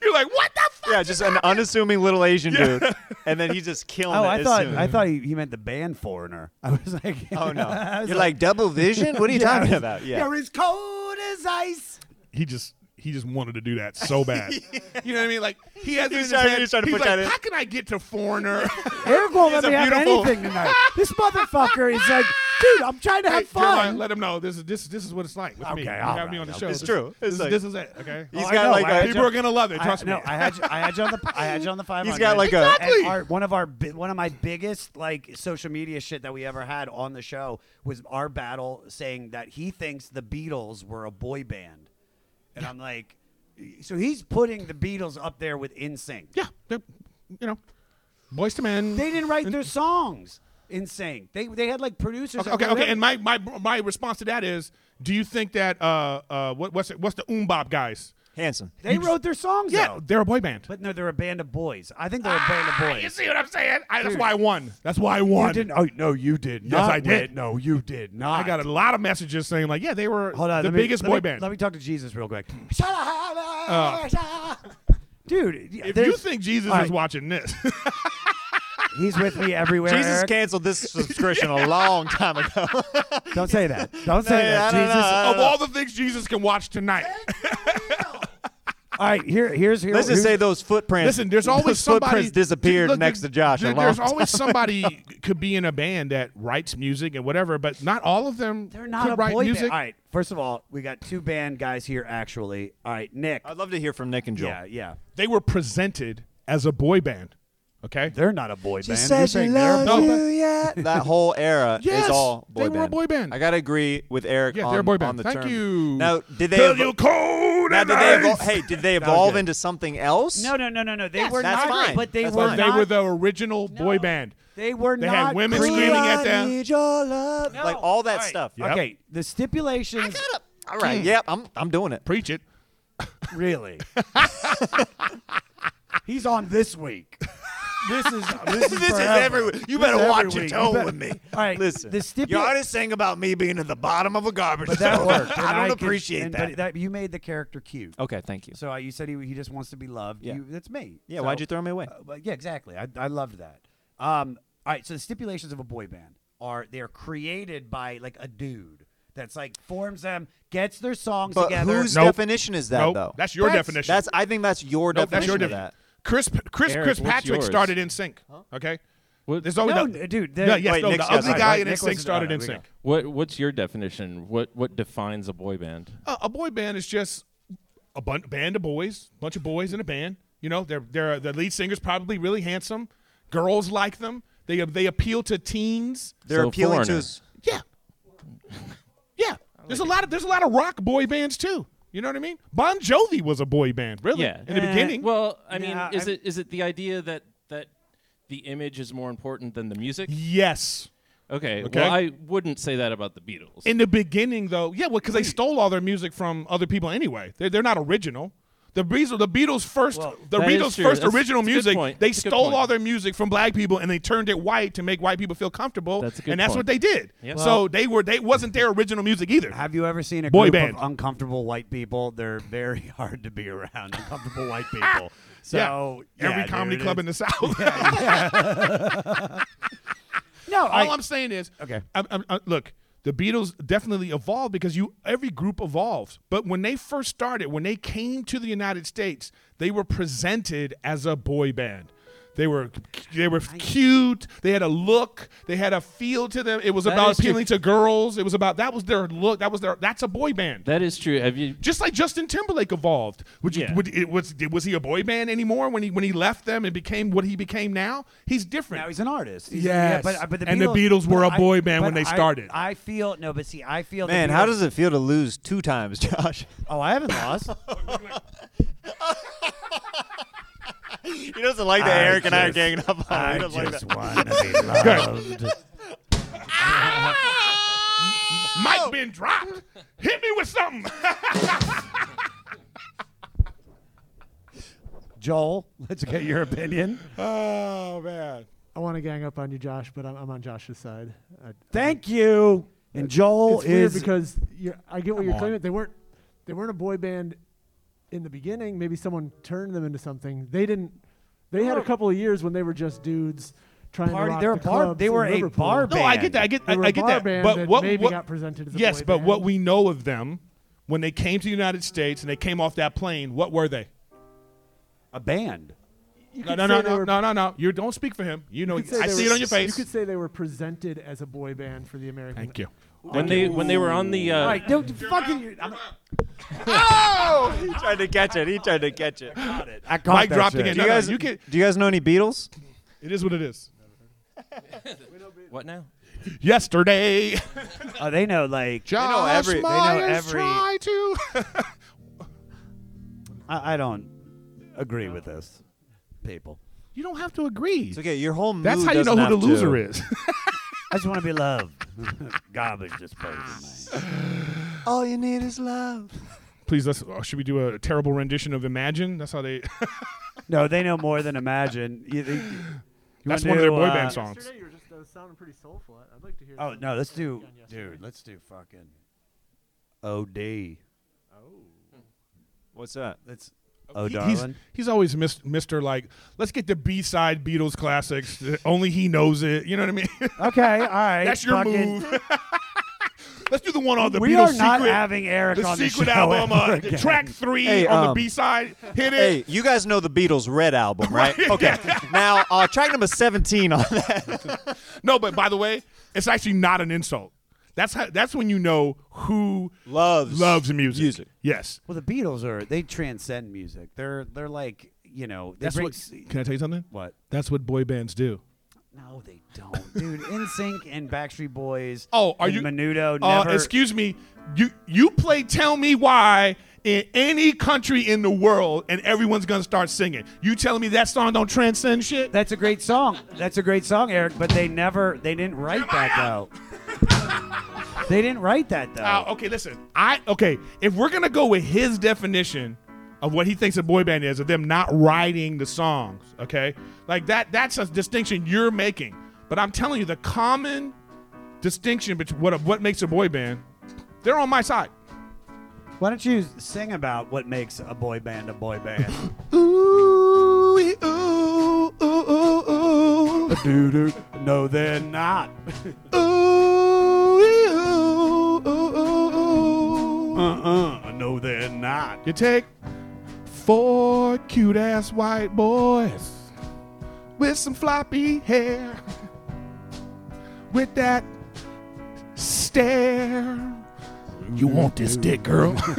Speaker 11: [laughs] You're like, what the fuck?
Speaker 3: Yeah, just an unassuming little Asian dude, and then he's just killing
Speaker 5: Oh,
Speaker 3: it.
Speaker 5: I
Speaker 3: as
Speaker 5: thought
Speaker 3: soon. [laughs]
Speaker 5: I thought he, he meant the band foreigner. I was like,
Speaker 3: Oh
Speaker 5: [laughs]
Speaker 3: no!
Speaker 5: I
Speaker 3: You're
Speaker 5: was
Speaker 3: like, double vision. What are you
Speaker 5: Yeah, I
Speaker 3: talking
Speaker 5: was-
Speaker 3: about? [laughs] Yeah.
Speaker 5: You're as cold as ice.
Speaker 11: He just. He just wanted to do that [laughs] so bad. You know what I mean? Like he has it
Speaker 3: He's
Speaker 11: in his
Speaker 3: trying-
Speaker 11: head.
Speaker 3: he's trying to put
Speaker 11: like,
Speaker 3: that in.
Speaker 11: How can I get to foreigner?
Speaker 5: Eric won't let
Speaker 11: He's a
Speaker 5: me have
Speaker 11: beautiful-
Speaker 5: anything tonight. this motherfucker is like, dude, I'm trying to have
Speaker 11: Hey, Jeremiah,
Speaker 5: fun.
Speaker 11: let him know this is this this is what it's like with me.
Speaker 5: Okay,
Speaker 11: You
Speaker 5: all
Speaker 11: have me on the
Speaker 5: right,
Speaker 11: show.
Speaker 3: It's
Speaker 11: This-
Speaker 3: true.
Speaker 11: This,
Speaker 3: It's like-
Speaker 11: this is it. Okay.
Speaker 3: He's
Speaker 5: I
Speaker 3: got
Speaker 5: know,
Speaker 3: like
Speaker 5: I
Speaker 3: a.
Speaker 5: had
Speaker 11: People are gonna love it. Trust
Speaker 5: I,
Speaker 11: me.
Speaker 5: No, I had you, I had you on the I had you
Speaker 11: [laughs]
Speaker 5: on the five.
Speaker 3: he's got like a.
Speaker 5: And our, one of our bi- one of my biggest like social media shit that we ever had on the show was our battle saying that he thinks the Beatles were a boy band, and I'm like, so he's putting the Beatles up there with InSync.
Speaker 11: yeah, they're, you know, boys to men.
Speaker 5: They didn't write their songs in sync. They they had like producers.
Speaker 11: Okay,
Speaker 5: that
Speaker 11: okay,
Speaker 5: wrote
Speaker 11: okay.
Speaker 5: it.
Speaker 11: And my, my my response to that is, do you think that uh uh what what's it, what's the Umbop guys?
Speaker 3: [laughs] Hanson.
Speaker 5: they wrote their songs.
Speaker 11: Yeah,
Speaker 5: though.
Speaker 11: they're a boy band.
Speaker 5: but no, they're a band of boys. I think they're a band of boys.
Speaker 11: You see what I'm saying? I, that's why I won. That's why I won.
Speaker 5: You didn't. Oh no, you did.
Speaker 11: Yes,
Speaker 5: not
Speaker 11: I did.
Speaker 5: win. No, you did not.
Speaker 11: I got a lot of messages saying like, yeah, they were
Speaker 5: Hold on,
Speaker 11: the
Speaker 5: let me-
Speaker 11: biggest
Speaker 5: let
Speaker 11: boy
Speaker 5: me-
Speaker 11: band.
Speaker 5: Let me talk to Jesus real
Speaker 11: [laughs]
Speaker 5: quick. [laughs] Dude,
Speaker 11: if you
Speaker 5: there's-
Speaker 11: think Jesus
Speaker 5: all
Speaker 11: is
Speaker 5: right, Uh,
Speaker 11: watching this, [laughs]
Speaker 5: he's with me everywhere.
Speaker 3: Jesus
Speaker 5: Eric.
Speaker 3: canceled [laughs] this subscription a long time ago. Oh,
Speaker 5: Don't say
Speaker 11: [laughs]
Speaker 5: that. Don't say that.
Speaker 3: I don't
Speaker 5: Jesus.
Speaker 3: know. I
Speaker 11: of
Speaker 3: don't know.
Speaker 11: all the things Jesus can
Speaker 5: [laughs]
Speaker 11: watch tonight,
Speaker 5: All right, here, here's here.
Speaker 3: Let's just say
Speaker 5: here's-
Speaker 3: those footprints.
Speaker 11: Listen, there's always
Speaker 3: those
Speaker 11: somebody
Speaker 3: footprints disappeared
Speaker 11: Look,
Speaker 3: next to Josh.
Speaker 11: there-
Speaker 3: a long
Speaker 11: there's
Speaker 3: time.
Speaker 11: always
Speaker 5: [laughs]
Speaker 11: somebody could be in a band that writes music and whatever, but not all of them
Speaker 5: They're not
Speaker 11: could
Speaker 5: a
Speaker 11: write
Speaker 5: boy
Speaker 11: music.
Speaker 5: band. All right. First of all, we got two band guys here actually. All right, Nick.
Speaker 3: I'd love to hear from Nick and Joel.
Speaker 5: yeah, yeah.
Speaker 11: They were presented as a boy band. Okay.
Speaker 5: They're not a boy band.
Speaker 3: said
Speaker 5: You're
Speaker 3: she
Speaker 5: saying they're a
Speaker 3: loved
Speaker 5: boy
Speaker 3: you.
Speaker 5: band?
Speaker 3: that, [laughs] that whole era
Speaker 11: Yes,
Speaker 3: is all boy
Speaker 11: they
Speaker 3: band.
Speaker 11: were a boy band.
Speaker 3: I gotta agree with Eric
Speaker 11: Yeah,
Speaker 3: on,
Speaker 11: they're a boy
Speaker 3: on
Speaker 11: band.
Speaker 3: the
Speaker 11: Thank
Speaker 3: term.
Speaker 11: you.
Speaker 3: Now, did they?
Speaker 11: Till
Speaker 3: evo-
Speaker 11: you cold
Speaker 3: now,
Speaker 11: and
Speaker 3: did they
Speaker 11: ice.
Speaker 3: evol- hey, did they
Speaker 5: was
Speaker 3: evolve
Speaker 5: good.
Speaker 3: into something else?
Speaker 5: No, no, no, no, no. They were
Speaker 3: that's
Speaker 5: not.
Speaker 3: fine.
Speaker 5: But they
Speaker 3: That's
Speaker 5: were
Speaker 3: fine.
Speaker 11: They
Speaker 5: not.
Speaker 11: were the original boy band.
Speaker 5: They were
Speaker 11: They
Speaker 5: not.
Speaker 11: had women
Speaker 5: cool.
Speaker 11: screaming at
Speaker 3: I
Speaker 11: them.
Speaker 3: need your love. Like all that stuff.
Speaker 11: Yep.
Speaker 5: Okay, the stipulations.
Speaker 3: All right. Yep. I'm. I'm doing it.
Speaker 11: Preach it.
Speaker 3: [laughs]
Speaker 5: Really? He's on this week. This is
Speaker 3: [laughs]
Speaker 5: this is,
Speaker 3: This is
Speaker 5: forever.
Speaker 3: every week.
Speaker 5: This
Speaker 3: You better
Speaker 5: is every
Speaker 3: watch your
Speaker 5: week.
Speaker 3: tone
Speaker 5: You bet-
Speaker 3: with
Speaker 5: [laughs]
Speaker 3: me.
Speaker 5: All right,
Speaker 3: Listen.
Speaker 5: The
Speaker 3: you
Speaker 5: stipu-
Speaker 3: already sang about me being at the bottom of a garbage
Speaker 5: but that
Speaker 3: can.
Speaker 5: worked. and
Speaker 3: I don't
Speaker 5: could-
Speaker 3: appreciate
Speaker 5: and-
Speaker 3: that.
Speaker 5: But that you made the character cute.
Speaker 3: Okay. Thank you.
Speaker 5: So uh, you said he, he just wants to be loved.
Speaker 3: Yeah.
Speaker 5: You, that's me.
Speaker 3: Yeah.
Speaker 5: So-
Speaker 3: why'd you throw me away?
Speaker 5: Uh, but yeah, exactly. I, I loved that. Um, all right, so the stipulations of a boy band are they're created by like a dude that's like forms them, gets their songs
Speaker 3: But
Speaker 5: together. [laughs]
Speaker 3: whose
Speaker 11: Nope.
Speaker 3: definition is that
Speaker 11: Nope.
Speaker 3: though?
Speaker 11: That's your definition.
Speaker 3: That's. I think that's your
Speaker 11: Nope,
Speaker 3: definition.
Speaker 11: that's your
Speaker 3: of
Speaker 11: difference.
Speaker 3: that.
Speaker 11: Chris Chris
Speaker 9: Eric,
Speaker 11: Chris
Speaker 9: what's
Speaker 11: Patrick
Speaker 9: yours?
Speaker 11: started in sync. Okay.
Speaker 9: What-
Speaker 11: There's always
Speaker 5: No,
Speaker 11: that-
Speaker 5: n- dude,
Speaker 11: No,
Speaker 5: there-
Speaker 11: yes,
Speaker 3: Wait,
Speaker 11: no,
Speaker 3: Nick's
Speaker 11: the ugly
Speaker 3: got it.
Speaker 11: guy
Speaker 5: Right,
Speaker 11: in
Speaker 5: Nick
Speaker 11: sync
Speaker 5: was- no,
Speaker 11: started
Speaker 5: no,
Speaker 11: in
Speaker 5: we
Speaker 11: sync.
Speaker 9: What What's your definition? What What defines a boy band?
Speaker 11: a, a boy band is just a bun- band of boys, bunch of boys in a band. You know, they're they're the lead singer's probably really handsome. Girls like them. They they appeal to teens.
Speaker 3: They're
Speaker 9: So
Speaker 3: appealing to.
Speaker 9: Foreigner.
Speaker 3: His,
Speaker 11: Yeah, [laughs] yeah. There's a lot of there's a lot of rock boy bands too. You know what I mean? Bon Jovi was a boy band, really.
Speaker 9: Yeah.
Speaker 11: In the beginning,
Speaker 9: Well, I mean,
Speaker 5: Nah,
Speaker 9: is
Speaker 5: I'm-
Speaker 9: it is it the idea that that the image is more important than the music?
Speaker 11: yes.
Speaker 9: Okay.
Speaker 11: Okay.
Speaker 9: Well, I wouldn't say that about the Beatles.
Speaker 11: In the beginning, though, yeah, well, because they stole all their music from other people anyway. They're, they're not original. The Beatles, the Beatles first, the
Speaker 9: that is
Speaker 11: Beatles
Speaker 9: true.
Speaker 11: first
Speaker 9: That's-
Speaker 11: original
Speaker 9: that's a good
Speaker 11: music.
Speaker 9: point.
Speaker 11: They
Speaker 9: That's a good
Speaker 11: stole
Speaker 9: point.
Speaker 11: all their music from black people and they turned it white to make white people feel comfortable.
Speaker 9: That's a good
Speaker 11: and that's
Speaker 9: point.
Speaker 11: what they did.
Speaker 9: Yeah.
Speaker 11: so they were they wasn't their original music either.
Speaker 5: Have you ever seen a
Speaker 11: Boy
Speaker 5: group
Speaker 11: band.
Speaker 5: of uncomfortable white people? They're very [laughs] hard to be around. Uncomfortable
Speaker 11: [laughs]
Speaker 5: white people. So
Speaker 11: yeah. every comedy club in the [laughs] south. [laughs]
Speaker 5: the no.
Speaker 11: all
Speaker 5: I,
Speaker 11: I'm saying is,
Speaker 5: Okay.
Speaker 11: I'm, I'm, i look, the Beatles definitely evolved because you every group evolves. But when they first started, when they came to the United States, they were presented as a boy band. They were they were cute. They had a look. They had a feel to them. It was
Speaker 9: That
Speaker 11: about
Speaker 9: is true.
Speaker 11: appealing to girls. It was about that was their look. That was their that's a boy band.
Speaker 9: that is true. Have you?
Speaker 11: just like Justin Timberlake evolved. Would you,
Speaker 9: Yeah.
Speaker 11: would, it, was was he a boy band anymore when he when he left them and became what he became now? He's different.
Speaker 5: now he's an artist. He's-
Speaker 11: Yes.
Speaker 5: yeah, but, but the
Speaker 11: And the
Speaker 5: Beatles
Speaker 11: Beatles were
Speaker 5: but
Speaker 11: a boy
Speaker 5: I-
Speaker 11: band when
Speaker 5: but
Speaker 11: they
Speaker 5: I-
Speaker 11: started.
Speaker 5: I, feel no, but see, I feel. the
Speaker 3: man, how
Speaker 5: Beatles-
Speaker 3: does it feel to lose two times, [laughs] Josh?
Speaker 5: Oh, I haven't lost.
Speaker 3: he doesn't like that. [laughs] Eric and I are ganging up on him. He
Speaker 5: I
Speaker 3: doesn't like that.
Speaker 5: just want to
Speaker 3: [laughs]
Speaker 5: be loved.
Speaker 11: Mike been dropped. Hit me with something. [laughs]
Speaker 5: Joel, let's get your opinion.
Speaker 11: oh man.
Speaker 10: I want to gang up on you, Josh, but I'm, I'm on Josh's side. I,
Speaker 12: Thank you. And Joel
Speaker 10: it's weird
Speaker 12: is
Speaker 10: because you're, I get what you're
Speaker 14: on.
Speaker 10: claiming. They weren't they weren't a boy band in the beginning. Maybe someone turned them into something. They didn't. They had a couple of years when they were just dudes trying
Speaker 12: Party-
Speaker 10: to rock
Speaker 12: they were
Speaker 10: the
Speaker 12: bar-
Speaker 10: clubs
Speaker 12: they
Speaker 10: in
Speaker 12: were a
Speaker 10: Liverpool.
Speaker 12: bar
Speaker 11: No, I get that. I get.
Speaker 10: They
Speaker 11: I,
Speaker 10: were
Speaker 11: I
Speaker 10: a
Speaker 11: get
Speaker 10: bar
Speaker 11: that.
Speaker 10: band
Speaker 11: but
Speaker 10: that
Speaker 11: what?
Speaker 10: maybe
Speaker 11: what-
Speaker 10: got presented as a
Speaker 11: yes,
Speaker 10: boy
Speaker 11: but what
Speaker 10: band.
Speaker 11: we know of them when they came to the United States and they came off that plane, what were they?
Speaker 12: a band.
Speaker 10: You
Speaker 11: No,
Speaker 10: could
Speaker 11: no,
Speaker 10: say
Speaker 11: no,
Speaker 10: they
Speaker 11: no,
Speaker 10: were-
Speaker 11: no, no, no. You don't speak for him. You know,
Speaker 10: you could say
Speaker 11: I
Speaker 10: they
Speaker 11: see
Speaker 10: were-
Speaker 11: it on your face.
Speaker 10: You could say they were presented as a boy band for the American.
Speaker 11: Thank you.
Speaker 9: When they when they were on the uh,
Speaker 10: [laughs]
Speaker 12: All right, dude, fucking. I'm-
Speaker 3: Oh! He tried to catch it. He tried to catch it.
Speaker 12: I caught
Speaker 11: Mike
Speaker 12: that
Speaker 11: dropped
Speaker 12: shit.
Speaker 11: again.
Speaker 3: Do
Speaker 11: No,
Speaker 3: you
Speaker 11: no,
Speaker 3: guys
Speaker 11: you can.
Speaker 3: do you guys know any Beatles?
Speaker 11: It is what it is.
Speaker 9: what now?
Speaker 11: Yesterday,
Speaker 12: Oh, they know like
Speaker 11: Josh
Speaker 3: every- they know
Speaker 11: Myers
Speaker 12: every-
Speaker 11: tried to.
Speaker 12: I, I don't agree with this. People,
Speaker 11: [laughs] you don't have to agree.
Speaker 3: It's okay. Your whole mood
Speaker 11: That's how you know
Speaker 3: doesn't
Speaker 11: who the
Speaker 3: have to-
Speaker 11: loser is. [laughs]
Speaker 12: I just want to be loved. [laughs] Garbage disposal. man.
Speaker 3: [sighs] All you need is love.
Speaker 11: Please, let's. oh, should we do a terrible rendition of "Imagine"? That's how they. [laughs]
Speaker 12: No, they know more than imagine. You, you- you
Speaker 11: that's
Speaker 12: wanna
Speaker 11: one of their
Speaker 12: do,
Speaker 11: boy
Speaker 12: uh,
Speaker 11: band songs.
Speaker 10: you were just sounding pretty soulful. I'd like to hear.
Speaker 12: Oh no, let's do, dude. Let's do fucking OD.
Speaker 3: What's that?
Speaker 12: Let's oh
Speaker 11: He- he's,
Speaker 12: darling.
Speaker 11: he's always mis- Mr. Like, let's get the B side Beatles classics. [laughs] that Only he knows it. You know what I mean? [laughs]
Speaker 12: Okay, all right.
Speaker 11: That's your
Speaker 12: fucking-
Speaker 11: move. [laughs] let's do the one on the
Speaker 12: We
Speaker 11: Beatles
Speaker 12: are not
Speaker 11: secret,
Speaker 12: having Eric
Speaker 11: the
Speaker 12: on
Speaker 11: secret
Speaker 12: the show
Speaker 11: album,
Speaker 12: ever
Speaker 11: uh,
Speaker 12: again.
Speaker 11: track three
Speaker 3: Hey,
Speaker 11: on the
Speaker 3: um,
Speaker 11: B side. Hit
Speaker 3: Hey,
Speaker 11: it.
Speaker 3: you guys know the Beatles' Red album, right? Okay. Now, uh, track number 17 on that.
Speaker 11: No, but by the way, it's actually not an insult. That's how, that's when you know who
Speaker 3: Loves
Speaker 11: loves music.
Speaker 3: music.
Speaker 11: Yes.
Speaker 12: Well, the Beatles are they transcend music. They're they're like you know they
Speaker 11: That's
Speaker 12: bring
Speaker 11: what, can I tell you something?
Speaker 12: what?
Speaker 11: That's what boy bands do.
Speaker 12: No, they don't, dude. NSYNC and Backstreet Boys.
Speaker 11: [laughs] Oh, are
Speaker 12: and
Speaker 11: you
Speaker 12: Menudo?
Speaker 11: Uh,
Speaker 12: never.
Speaker 11: excuse me. You you play Tell Me Why in any country in the world, and everyone's gonna start singing. You telling me that song don't transcend shit?
Speaker 12: That's a great song. That's a great song, Eric. But they never, they didn't write that though. they didn't write that though.
Speaker 11: Uh, okay, listen. I okay. If we're gonna go with his definition of what he thinks a boy band is, of them not writing the songs, okay, like that. That's a distinction you're making. But I'm telling you, the common distinction between what what makes a boy band, they're on my side.
Speaker 12: Why don't you sing about what makes a boy band a boy band? [laughs]
Speaker 11: Ooh, ooh, ooh, ooh, ooh.
Speaker 12: Doo doo. no, they're not. Uh-uh. No, they're not.
Speaker 11: You take four cute ass white boys with some floppy hair, with that stare. You want this dick, girl? [laughs]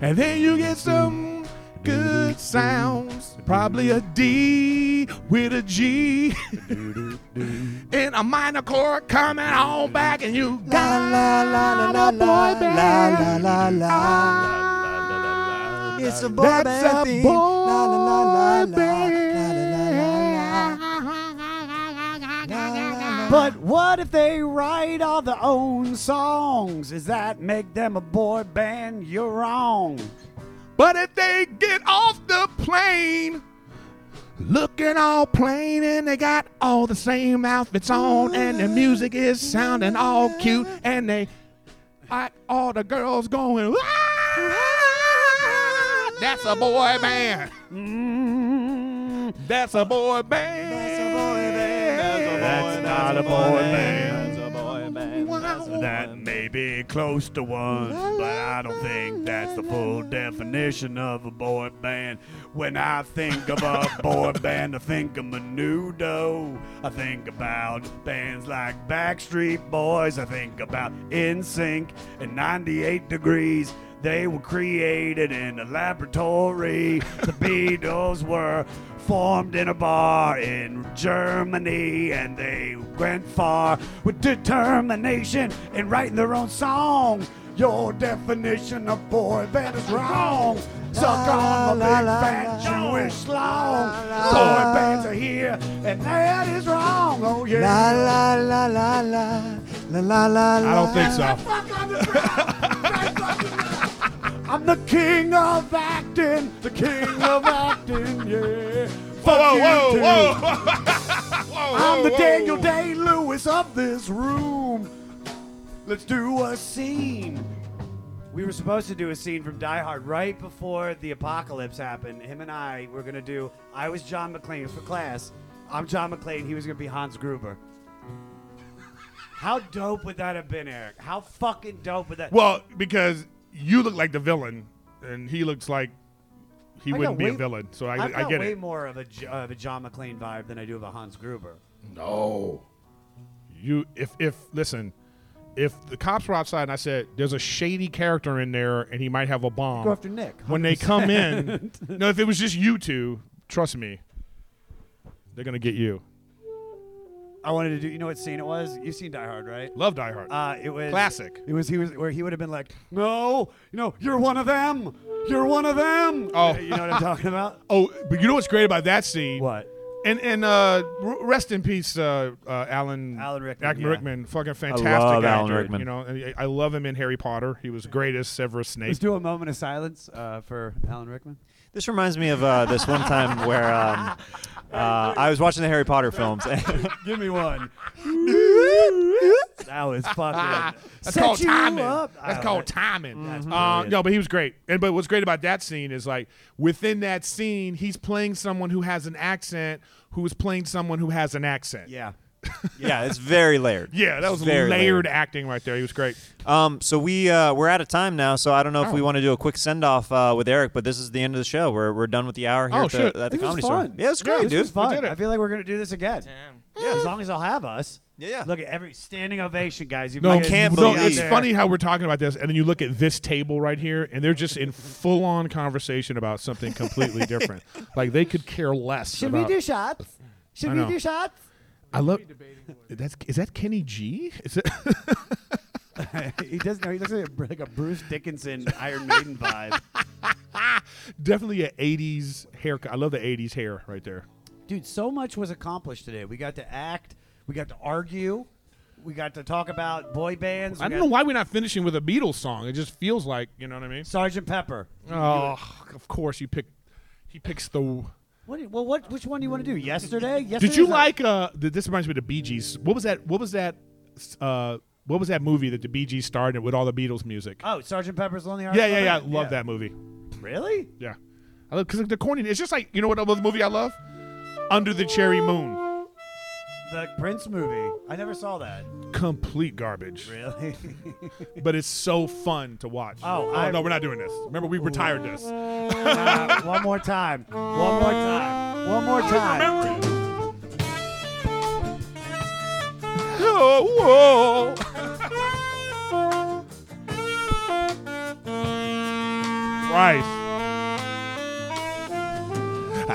Speaker 11: and then you get some good sounds, probably a D with a G, [laughs] and a minor chord coming on back, and you got a boy band.
Speaker 12: Ah,
Speaker 3: It's a
Speaker 11: That's a boy band.
Speaker 12: But what if they write all their own songs? Does that make them a boy band? You're wrong.
Speaker 11: But if they get off the plane, looking all plain, and they got all the same outfits on, and the music is sounding all cute, and they like all the girls going. "Ah, That's a boy band. That's a boy band. Mm-hmm. That's a boy band.
Speaker 12: That's not a boy band.
Speaker 11: That
Speaker 12: may be close to one, but I don't think that's the full definition of a boy band. When I think of a boy band, I think of Menudo. I think about bands like Backstreet Boys. I think about NSYNC and 98 Degrees. They were created in a laboratory. The Beatles were formed in a bar in Germany, and they went far with determination in writing their own songs. Your definition of boy band is wrong. Suck on my big fat Jewish long. Boy bands are here, and that is wrong. Oh yeah.
Speaker 11: I don't think so.
Speaker 12: I'm the king of acting, the king of acting, yeah.
Speaker 5: fuck
Speaker 11: Whoa,
Speaker 5: you
Speaker 11: whoa,
Speaker 5: too.
Speaker 11: whoa, whoa,
Speaker 5: I'm the
Speaker 11: whoa.
Speaker 5: Daniel Day Lewis of this room. Let's do a scene. We were supposed to do a scene from Die Hard right before the apocalypse happened. Him and I were gonna do. I was John McClane it was for class. I'm John McClane. He was gonna be Hans Gruber. How dope would that have been, Eric? How fucking dope would that?
Speaker 11: Well, because you look like the villain, and he looks like he
Speaker 5: I got
Speaker 11: wouldn't be
Speaker 5: way-
Speaker 11: a villain. So I,
Speaker 5: I've
Speaker 11: I
Speaker 5: got
Speaker 11: get
Speaker 5: way
Speaker 11: it.
Speaker 5: more of a, J- of a John McClane vibe than I do of a Hans Gruber.
Speaker 11: No. You if if listen, if the cops were outside and I said there's a shady character in there and he might have a bomb.
Speaker 5: Go after Nick.
Speaker 11: when they
Speaker 5: [laughs]
Speaker 11: come in, no, if it was just you two, trust me, they're gonna get you.
Speaker 5: I wanted to do. You know what scene it was? You've seen Die Hard, right?
Speaker 11: Love Die Hard.
Speaker 5: Uh, it was
Speaker 11: Classic.
Speaker 5: It was he was where he would have been like, no, you know, you're one of them. You're one of them.
Speaker 11: Oh.
Speaker 5: you know what I'm
Speaker 11: [laughs]
Speaker 5: talking about?
Speaker 11: oh, but you know what's great about that scene?
Speaker 5: What?
Speaker 11: And and uh, r- rest in peace, uh, uh, Alan.
Speaker 5: Alan Rickman,
Speaker 11: Alan
Speaker 5: yeah.
Speaker 11: Rickman, fucking fantastic
Speaker 3: love Alan
Speaker 11: actor.
Speaker 3: Rickman.
Speaker 11: You know, and I I love him in Harry Potter. He was great as Severus Snape.
Speaker 5: Let's do a moment of silence uh, for Alan Rickman.
Speaker 3: This reminds me of uh, this one time where um, uh, I was watching the Harry Potter films. and-
Speaker 5: Give me one. that was
Speaker 3: [laughs]
Speaker 5: fucking.
Speaker 11: That's
Speaker 5: set
Speaker 11: called
Speaker 5: you
Speaker 11: timing.
Speaker 5: up.
Speaker 11: That's
Speaker 5: Oh,
Speaker 11: called
Speaker 5: that-
Speaker 11: timing.
Speaker 5: That's
Speaker 11: Uh,
Speaker 5: brilliant.
Speaker 11: no, but he was great. And but what's great about that scene is like within that scene, he's playing someone who has an accent, who is playing someone who has an accent.
Speaker 5: Yeah.
Speaker 3: [laughs] yeah, it's very layered.
Speaker 11: Yeah, that was
Speaker 3: Very
Speaker 11: layered, acting right there. He was great.
Speaker 3: Um, so we uh, we're out of time now. So I don't know if we want to do a quick send off uh, with Eric, but this is the end of the show. We're we're done with the hour here
Speaker 11: Oh,
Speaker 3: at, the,
Speaker 11: shit.
Speaker 3: at the
Speaker 5: This was
Speaker 3: comedy
Speaker 5: fun.
Speaker 3: store. Yeah, it's great,
Speaker 5: this
Speaker 3: dude.
Speaker 5: was fun.
Speaker 11: did it.
Speaker 5: I feel like we're gonna do this again. Yeah, as long as they'll have us.
Speaker 3: Yeah, yeah.
Speaker 5: Look at every standing ovation, guys. You
Speaker 11: No,
Speaker 3: can't
Speaker 11: no,
Speaker 3: believe
Speaker 11: it's
Speaker 3: it.
Speaker 11: funny how we're talking about this, and then you look at this table right here, and they're just in full on conversation about something
Speaker 3: [laughs]
Speaker 11: completely different. Like they could care less.
Speaker 5: Should
Speaker 11: about,
Speaker 5: we do shots? Should
Speaker 11: I
Speaker 5: we
Speaker 11: know.
Speaker 5: do shots?
Speaker 11: I love. That's is that Kenny G? Is it?
Speaker 5: [laughs] he does. No, he looks like a, like a Bruce Dickinson Iron Maiden vibe.
Speaker 11: [laughs] Definitely an '80s haircut. I love the '80s hair right there.
Speaker 5: Dude, so much was accomplished today. We got to act. We got to argue. We got to talk about boy bands.
Speaker 11: I don't know why we're not finishing with a Beatles song. It just feels like you know what I mean.
Speaker 5: Sergeant Pepper.
Speaker 11: Oh, of course you pick. He picks the.
Speaker 5: What? do you- Well, what? Which one do you want to do? Yesterday. Yesterday.
Speaker 11: Did you like? Uh, th- this reminds me of the Bee Gees. What was that? What was that? Uh, what was that movie that the Bee Gees starred in with all the Beatles music?
Speaker 5: Oh, Sergeant Pepper's Lonely Hearts
Speaker 11: yeah,
Speaker 5: Club
Speaker 11: yeah, yeah. I
Speaker 5: Band?
Speaker 11: love that movie.
Speaker 5: Really?
Speaker 11: Yeah, I love because the corny. It's just like you know what other movie I love? Under the Cherry Moon.
Speaker 5: The Prince movie. I never saw that.
Speaker 11: Complete garbage,
Speaker 5: Really?
Speaker 11: but it's so fun to watch.
Speaker 5: Oh,
Speaker 11: oh
Speaker 5: I-
Speaker 11: no, we're not doing this. Remember, we retired this.
Speaker 5: Uh, one more time. One more time. One more time.
Speaker 11: Oh, whoa. Christ.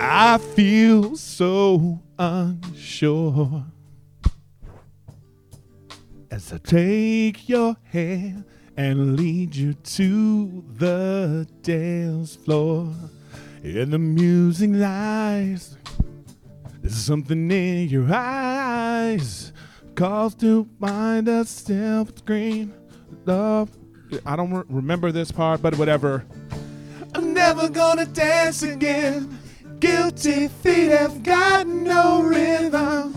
Speaker 11: I feel so unsure as I take your hand and lead you to the dance floor. In the music lies there's something in your eyes calls to mind a self screen. Love. I don't re- remember this part, but whatever. I'm never gonna dance again. Guilty feet have got no rhythm.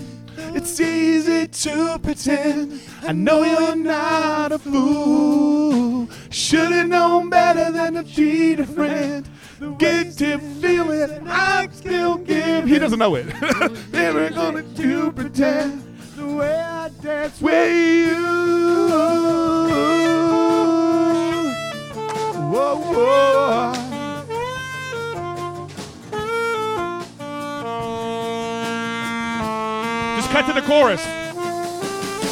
Speaker 11: It's easy to pretend. I know you're not a fool. Should've known better than to cheat a friend. Guilty feeling I still give. He doesn't know it. [laughs] never gonna do pretend the way I dance with you. Whoa, Just cut to the chorus.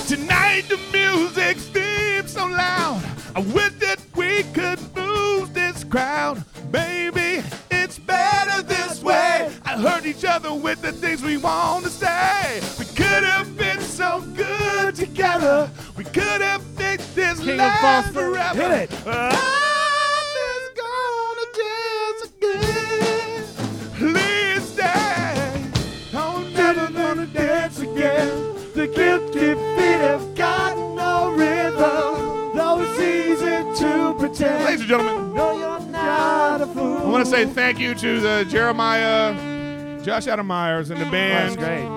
Speaker 11: Tonight the music seems so loud. I wish that we could move this crowd. Baby, it's better this way. I hurt each other with the things we want to say. We could have been so good together. We could have fixed this
Speaker 5: King of
Speaker 11: life
Speaker 5: Foster,
Speaker 11: forever.
Speaker 5: hit it.
Speaker 11: I'm just gonna dance again. Please stay. I'm never gonna dance again. The guilty feet have got no rhythm. Though it's easy to pretend. Ladies and gentlemen, no, you're not a fool. I want to say thank you to the Jeremiah Josh Adam Myers and the band.
Speaker 5: That's great.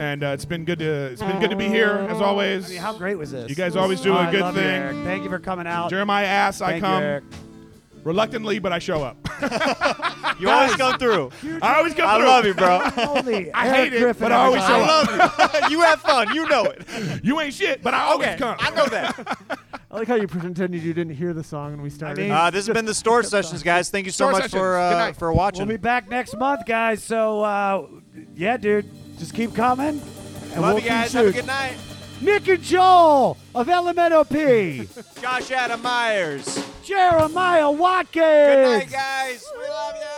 Speaker 11: And uh, it's been good to it's been good to be here as always.
Speaker 5: I mean, how great was this?
Speaker 11: You guys always do
Speaker 5: Oh,
Speaker 11: a
Speaker 5: I
Speaker 11: good
Speaker 5: love you,
Speaker 11: thing.
Speaker 5: Eric. Thank you for coming out.
Speaker 11: Jeremiah ass,
Speaker 5: Thank
Speaker 11: I
Speaker 5: you,
Speaker 11: come [laughs]
Speaker 5: Eric.
Speaker 11: reluctantly, but I show up.
Speaker 3: [laughs] You always come through.
Speaker 11: I always come.
Speaker 3: I
Speaker 11: through.
Speaker 3: love you, bro.
Speaker 5: Holy
Speaker 11: I
Speaker 5: Eric
Speaker 11: hate it,
Speaker 5: Griffin,
Speaker 11: but I always show
Speaker 5: everybody.
Speaker 11: up.
Speaker 3: you [laughs] have fun. You know it.
Speaker 11: You ain't shit, but I always come.
Speaker 3: I know that.
Speaker 10: I like how you pretended you didn't hear the song and we started.
Speaker 5: mean-
Speaker 3: Uh, this has been the store sessions, guys. Thank you so
Speaker 11: Store
Speaker 3: much
Speaker 11: Sessions.
Speaker 3: for
Speaker 11: Good
Speaker 3: uh,
Speaker 11: night.
Speaker 3: for watching.
Speaker 5: We'll be back next month, guys. So, uh, yeah, dude, just keep coming. And
Speaker 3: love
Speaker 5: we'll
Speaker 3: you guys.
Speaker 5: Keep
Speaker 3: Have a
Speaker 5: shooting.
Speaker 3: good night.
Speaker 5: Nick and Joel of Elemental P.
Speaker 3: Josh Adam Myers.
Speaker 5: Jeremiah Watkins.
Speaker 3: Good night, guys. We love you.